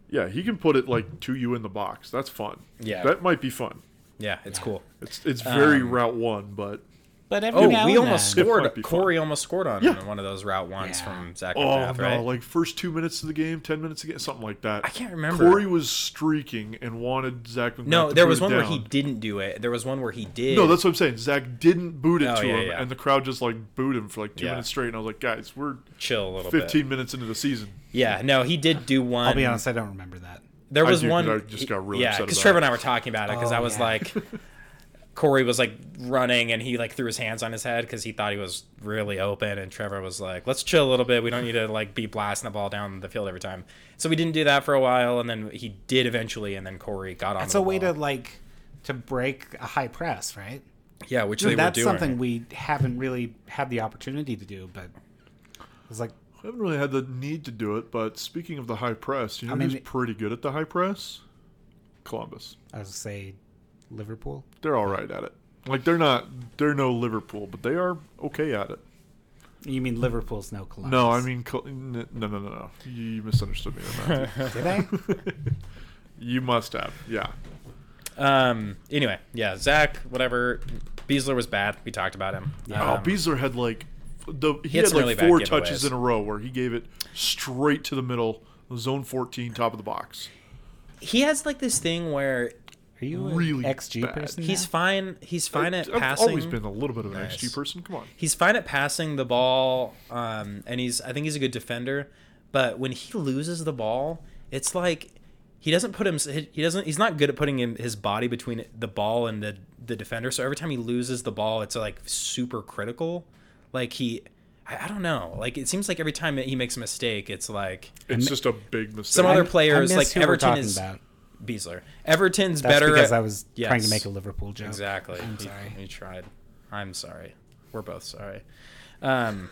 Yeah, he can put it like to you in the box. That's fun.
Yeah. Um,
that might be fun.
Yeah, it's cool.
It's it's very route one, but
But every
Oh,
now
we
and
almost
then,
might be
scored.
fun.
Corey almost scored on
Yeah.
one of those route ones
Yeah.
from Zach
oh
McMath,
no,
right?
like first two minutes of the game, ten minutes of the game, something like that. I
can't remember.
Corey was streaking and wanted Zach. McMath
no,
to
there
put
was
it
one where he
down.
didn't do it. There was one where he did.
No, that's what I'm saying. Zach didn't boot it
Oh,
to
yeah,
him,
yeah.
and the crowd just like booed him for like two
Yeah.
minutes straight. And I was like, guys, we're
chill a little
15
bit.
minutes into the season.
Yeah, no, he did do one.
I'll be honest, I don't remember that.
There
I
was
do, 'cause
one.
I just got really
yeah,
upset
because
about
Trevor
it.
and I were talking about it because
Oh,
I was
yeah.
like, Corey was like running and he like threw his hands on his head because he thought he was really open, and Trevor was like, "Let's chill a little bit. We don't need to like be blasting the ball down the field every time." So we didn't do that for a while, and then he did eventually, and then Corey got on.
That's
the
a way to
ball.
like to break a high press, right?
yeah, which they
that's
were doing.
something we haven't really had the opportunity to do. But it's like
I haven't really had the need to do it, but speaking of the high press, you know
I mean,
who's
the-
pretty good at the high press? Columbus.
I was gonna say, Liverpool.
They're all right at it. Like they're not, they're no Liverpool, but they are okay at it.
You mean Liverpool's no Columbus?
No, I mean, Col- n- no, no, no, no. You misunderstood me. on that.
did I?
you must have. Yeah.
Um. Anyway, yeah, Zach, whatever. Beasler was bad. We talked about him.
Oh,
Um,
Beasler had like the he,
had
had
some
like
really bad
four touches
giveaways.
in a row where he gave it straight to the middle, zone 14, top of the box.
he has like this thing where
Are you an
Really
XG
bad.
person?
he's
now?
fine. He's fine at
I've
passing.
always been a little bit of an
Nice.
XG person. Come on.
he's fine at passing the ball, um, and he's I think he's a good defender. But when he loses the ball, it's like he doesn't put him. He doesn't. He's not good at putting him, his body between the ball and the the defender. So every time he loses the ball, it's like super critical. Like he, I, I don't know. Like it seems like every time that he makes a mistake, it's like
It's just a big mistake.
Some
I-
other
I
players,
miss
like
who we're
Everton
talking
is-
about.
Beasler. Everton's
That's
better.
because
at-
I was trying
Yes.
to make a Liverpool joke.
Exactly.
I'm
He-
sorry.
He, tried. I'm sorry. We're both sorry. Um,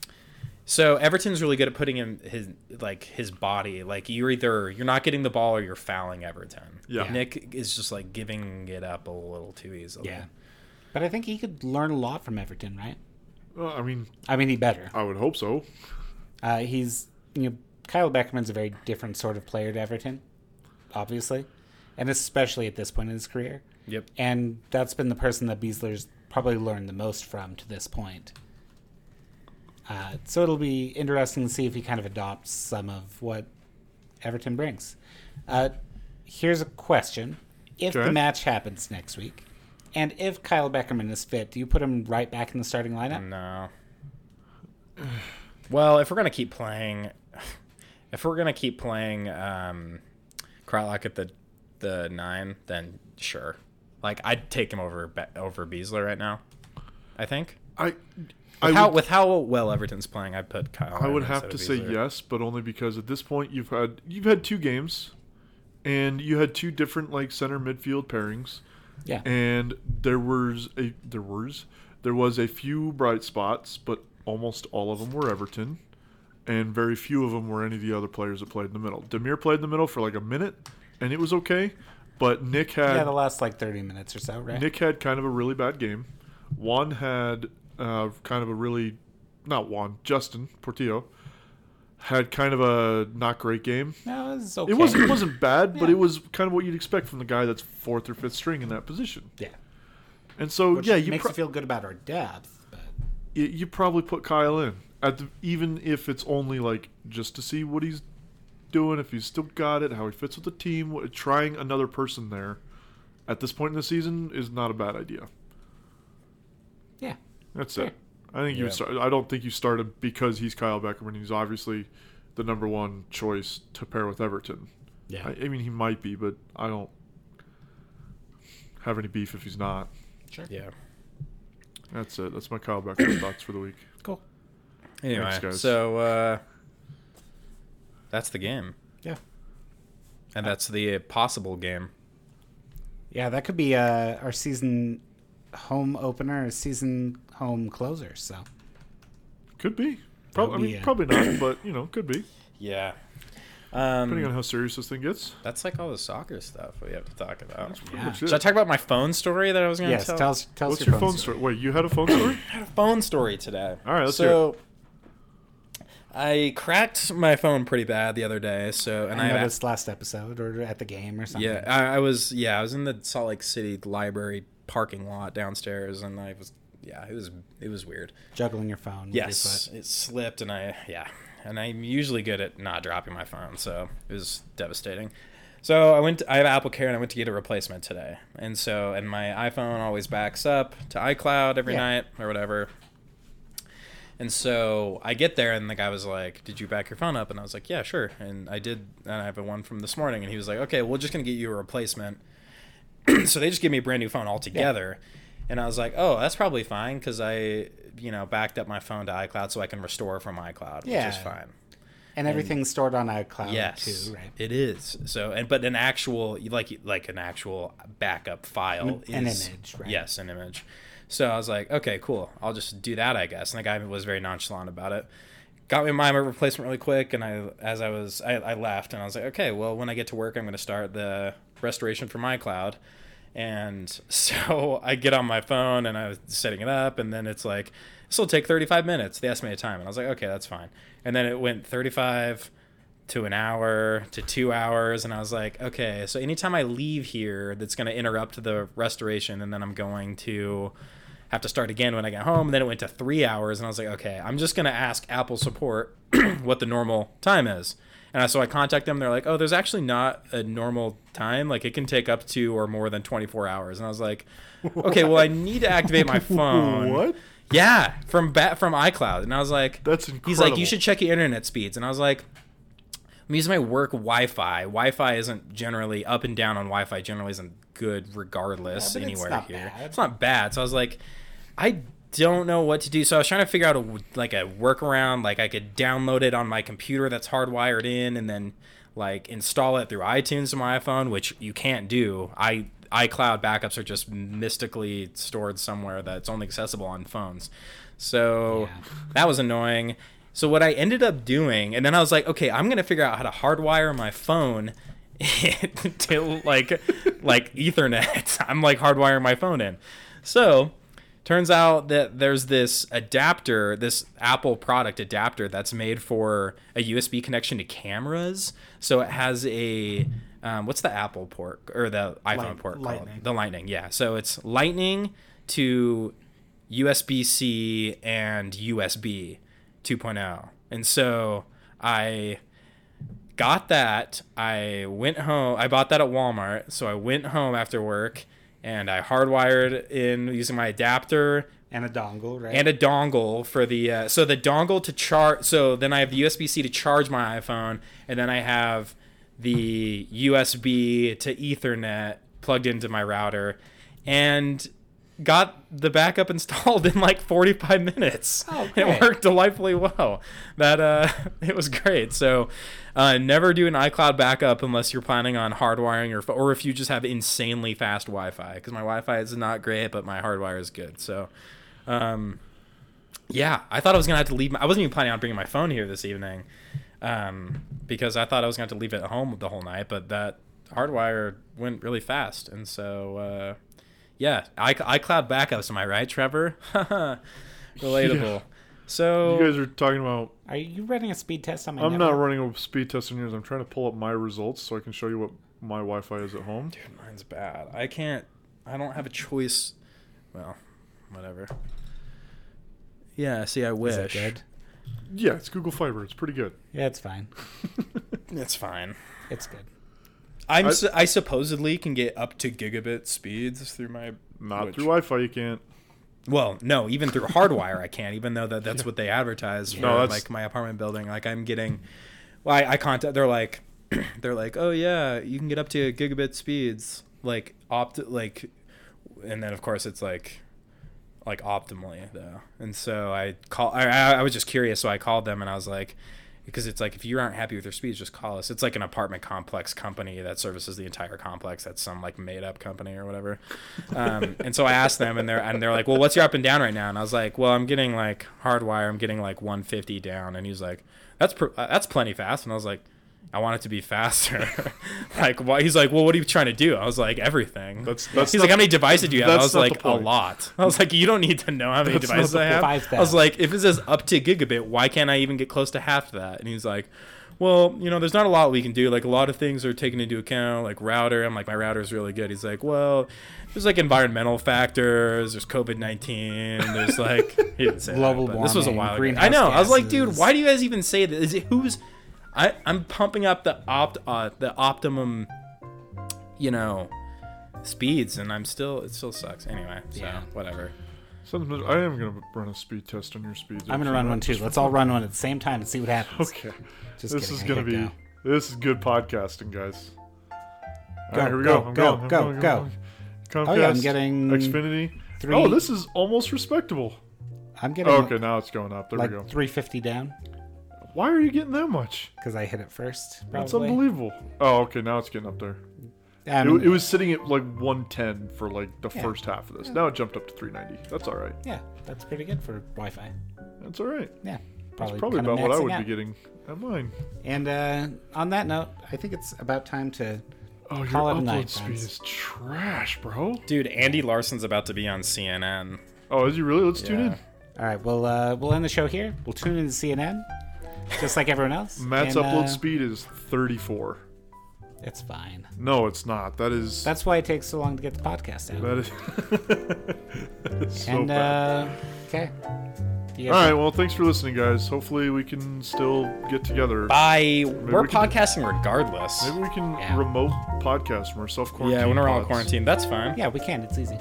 so Everton's really good at putting in his like his body. Like you're either you're not getting the ball or you're fouling Everton.
Yeah.
Nick is just like giving it up a little too easily.
Yeah, but I think he could learn a lot from Everton, right?
Well, I mean,
I mean, he better.
I would hope so.
Uh, he's you know Kyle Beckerman's a very different sort of player to Everton, obviously, and especially at this point in his career.
Yep.
And that's been the person that Beasler's probably learned the most from to this point. Uh, so it'll be interesting to see if he kind of adopts some of what Everton brings. Uh, here's a question: If
Okay.
the match happens next week, and if
Mm.
Kyle Beckerman is fit, do you put him right back in the starting lineup?
No. Well, if we're gonna keep playing, if we're gonna keep playing um, Kralak at the the nine, then sure. Like I'd take him over Be- over Beasler right now. I think
I
with,
I
how,
would,
with how well Everton's playing, I'd put Kyle.
I
in
would have
instead
to
of
say
Beasler.
yes, but only because at this point you've had you've had two games, and you had two different like center midfield pairings,
Yeah.
and there was a there was there was a few bright spots, but almost all of them were Everton, and very few of them were any of the other players that played in the middle. Demir played in the middle for like a minute, and it was okay, but Nick had
yeah, the last like 30 minutes or so, right?
Nick had kind of a really bad game. Juan had uh, kind of a really, not Juan, Justin Portillo had kind of a not great game.
no, it was okay.
It was it wasn't bad, but
Yeah.
it was kind of what you'd expect from the guy that's fourth or fifth string in that position.
Yeah.
And so
Which
yeah, you
makes
pro-
you feel good about our depth, but
you, you probably put Kyle in at the, even if it's only like just to see what he's doing, if he's still got it, how he fits with the team. what- Trying another person there at this point in the season is not a bad idea.
yeah.
That's it. I think you
Yeah.
start. I don't think you start him because he's Kyle Beckerman. He's obviously the number one choice to pair with Everton.
Yeah.
I, I mean, he might be, but I don't have any beef if he's not.
sure.
Yeah.
That's it. That's my Kyle Beckerman thoughts for the week.
Cool.
Anyway,
Thanks, guys.
so uh, that's the game,
Yeah.
and that's the possible game.
Yeah, that could be uh, our season home opener, or season home closer. So
Could be. Probably. I
That'd be
mean,
it.
probably not, but you know, could be
Yeah. Um,
depending on how serious this thing gets.
That's like all the soccer stuff we have to talk about.
Pretty
Yeah.
much
Should I
it.
talk about my phone story that I was going to
yes,
tell?
tell us, tell us
What's your phone story? Wait, you had a phone story?
I had a phone story today.
All right, let's
so, I cracked my phone pretty bad the other day. So, and
I
I,
noticed last episode or at the game or something.
yeah, I, I was yeah, I was in the Salt Lake City library parking lot downstairs, and I was yeah, it was it was weird.
juggling your phone. with your
Yes,
foot.
it slipped, and I yeah, and I'm usually good at not dropping my phone, so it was devastating. So I went. I have Apple Care, and I went to get a replacement today. And so, and my iPhone always backs up to iCloud every
Yeah.
night or whatever. And so I get there, and the guy was like, "Did you back your phone up?" And I was like, "Yeah, sure." And I did. And I have a one from this morning. And he was like, "Okay, we're just gonna get you a replacement." so they just gave me a brand new phone altogether. And I was like, "Oh, that's probably fine because I, you know, backed up my phone to iCloud so I can restore from iCloud,
Yeah.
which is fine."
and everything's stored on iCloud
Yes,
too, right?
it is. So, and but an actual like like an actual backup file
An- an
is
image, right?
Yes, an image. So I was like, okay, cool. I'll just do that, I guess. And the guy was very nonchalant about it. Got me my replacement really quick, and I as I was I, I left, and I was like, okay, well, when I get to work, I'm going to start the restoration for iCloud. And so I get on my phone and I was setting it up, and then it's like, this will take 35 minutes, the estimated time. And I was like, okay, that's fine. And then it went 35, to an hour to two hours and i was like okay so anytime i leave here that's going to interrupt the restoration and then i'm going to have to start again when i get home and then it went to three hours and i was like okay i'm just going to ask apple support what the normal time is and I, so i contact them they're like oh there's actually not a normal time like it can take up to or more than 24 hours and i was like okay well i need to activate my phone
What?
yeah from ba- from icloud and i was like
That's
he's like
incredible.
you should check your internet speeds and i was like I'm using my work Wi-Fi. Wi-Fi isn't generally up and down on Wi-Fi. Generally isn't good regardless
Yeah, but it's
anywhere
not
here.
bad.
It's not bad. So I was like, I don't know what to do. So I was trying to figure out a like a workaround. Like I could download it on my computer that's hardwired in, and then like install it through iTunes to my iPhone, which you can't do. I iCloud backups are just mystically stored somewhere that's only accessible on phones. So
Yeah.
that was annoying. So what I ended up doing, and then I was like, okay, I'm gonna figure out how to hardwire my phone to like like Ethernet. I'm like hardwiring my phone in. So turns out that there's this adapter, this Apple product adapter that's made for a USB connection to cameras. So it has a um, what's the Apple port or the iPhone
Light-
port
Lightning.
called? The Lightning, yeah. So it's Lightning to USB C and USB 2.0. oh. And so I got that. I went home. I bought that at Walmart. So I went home after work and I hardwired in using my adapter
And a dongle, right?
and a dongle for the uh, so the dongle to charge. So then I have the USB C to charge my iPhone, and then I have the USB to Ethernet plugged into my router, and got the backup installed in like 45 minutes.
Oh,
it
great.
worked delightfully well. That uh, it was great. So uh, never do an iCloud backup unless you're planning on hardwiring your pho- or if you just have insanely fast Wi-Fi. Because my Wi-Fi is not great, but my hardwire is good. So. Um, yeah, I thought I was gonna have to leave. My, I wasn't even planning on bringing my phone here this evening, um, because I thought I was gonna have to leave it at home the whole night. But that hardwire went really fast, and so uh, yeah, I, iCloud backups. Am I right, Trevor? Relatable.
Yeah.
So
You guys are talking about.
Are you running a speed test on my
I'm not
network?
running a speed test on yours. I'm trying to pull up my results so I can show you what my Wi-Fi is at home.
Dude, mine's bad. I can't. I don't have a choice. Well, whatever. Yeah. See, I wish.
Is it good?
Yeah, it's Google Fiber. It's pretty good.
Yeah, it's fine.
It's fine.
It's good.
I'm.
I-
su- I supposedly can get up to gigabit speeds through my.
Not
which-
through Wi-Fi, you can't.
Well, no, even through hardwire, I can't. Even though that, that's what they advertise for,
No, that's-
like my apartment building. Like I'm getting, well, I, I contact. They're like, they're like, oh yeah, you can get up to gigabit speeds, like opt, like, and then of course it's like, like optimally though. And so I call. I, I, I was just curious, so I called them and I was like. Because it's like if you aren't happy with your speeds, just call us. It's like an apartment complex company that services the entire complex. That's some like made up company or whatever. Um, and so I asked them, and they're and they're like, "Well, what's your up and down right now?" And I was like, "Well, I'm getting like hardwire. I'm getting like 150 down." And he's like, "That's pr- uh, that's plenty fast." And I was like, "I want it to be faster." like, why? He's like, "Well, what are you trying to do?" I was like, "Everything."
That's- that's
he's
not-
like, "How many devices do you have?" I
that's
was
not the
like, "A
point."
lot." I was like, "You don't need to know how many
That's not
devices
the
I have."
point.
I was like, "If it says up to gigabit, why can't I even get close to half that?" And he's like. Well, you know, there's not a lot we can do. Like a lot of things are taken into account, like router. I'm like, my router's really good. He's like, well, there's like environmental factors. There's COVID nineteen. There's like he didn't say that,
Global
but This was a
warming,
while ago.
greenhouse
I know. I was like, dude,
gases.
why do you guys even say this? Is it who's? I I'm pumping up the opt uh, the optimum, you know, speeds, and I'm still it still sucks anyway. So
Yeah.
whatever.
Sometimes I am gonna run a speed test on your speeds.
I'm gonna
actually,
run
not
one too.
just-
Let's all run one at the same time and see what happens.
Okay.
Just
this is
kidding.
gonna
I
be.
can't
This is good podcasting, guys. All
Go,
right, here we
go,
go. I'm
go,
going, I'm
go,
going, I'm
go.
going.
Oh yeah, I'm
Comcast,
getting
Xfinity.
three.
Oh, this is almost respectable.
I'm getting
Oh, okay, now it's going up. There
like
we go.
350 down
Why are you getting that much?
because I hit it first. Probably. Um,
That's unbelievable. Oh, okay, now it's getting up there.
I
It,
mean,
it was sitting at like 110 for like the
Yeah.
first half of this. Now it jumped up to 390. That's all right.
yeah, that's pretty good for Wi-Fi.
That's all right.
Yeah,
That's
probably,
probably
kinda
about what I
maxing
would
out.
be getting at mine.
And uh, on that note, I think it's about time to.
Oh, your
Call it a
upload
night,
speed
friends.
is trash, bro.
Dude, Andy Larson's about to be on CNN.
Oh, is he really? Let's tune
Yeah.
in.
All right, we'll uh, we'll end the show here. We'll tune in to CNN, just like everyone else.
Matt's
and,
upload
uh,
speed is 34.
It's fine.
No, it's not. That is.
That's why it takes so long to get the podcast out.
that is. that is so
and
bad.
uh, okay. You
All right. Well, thanks for listening, guys. Hopefully, we can still get together.
Bye. We're
we can-
podcasting regardless.
Maybe we can
Yeah.
remote podcast from our self quarantine.
yeah, when we're all quarantined, that's fine.
Yeah, we can. It's easy.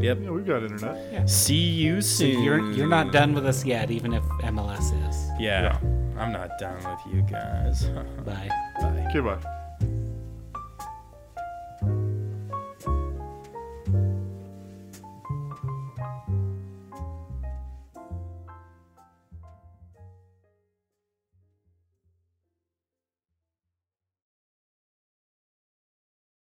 Yep.
Yeah, we've got internet.
See you soon.
You're you're not done with us yet, even if MLS is.
Yeah. I'm not done with you guys.
Bye.
Bye.
Okay, bye.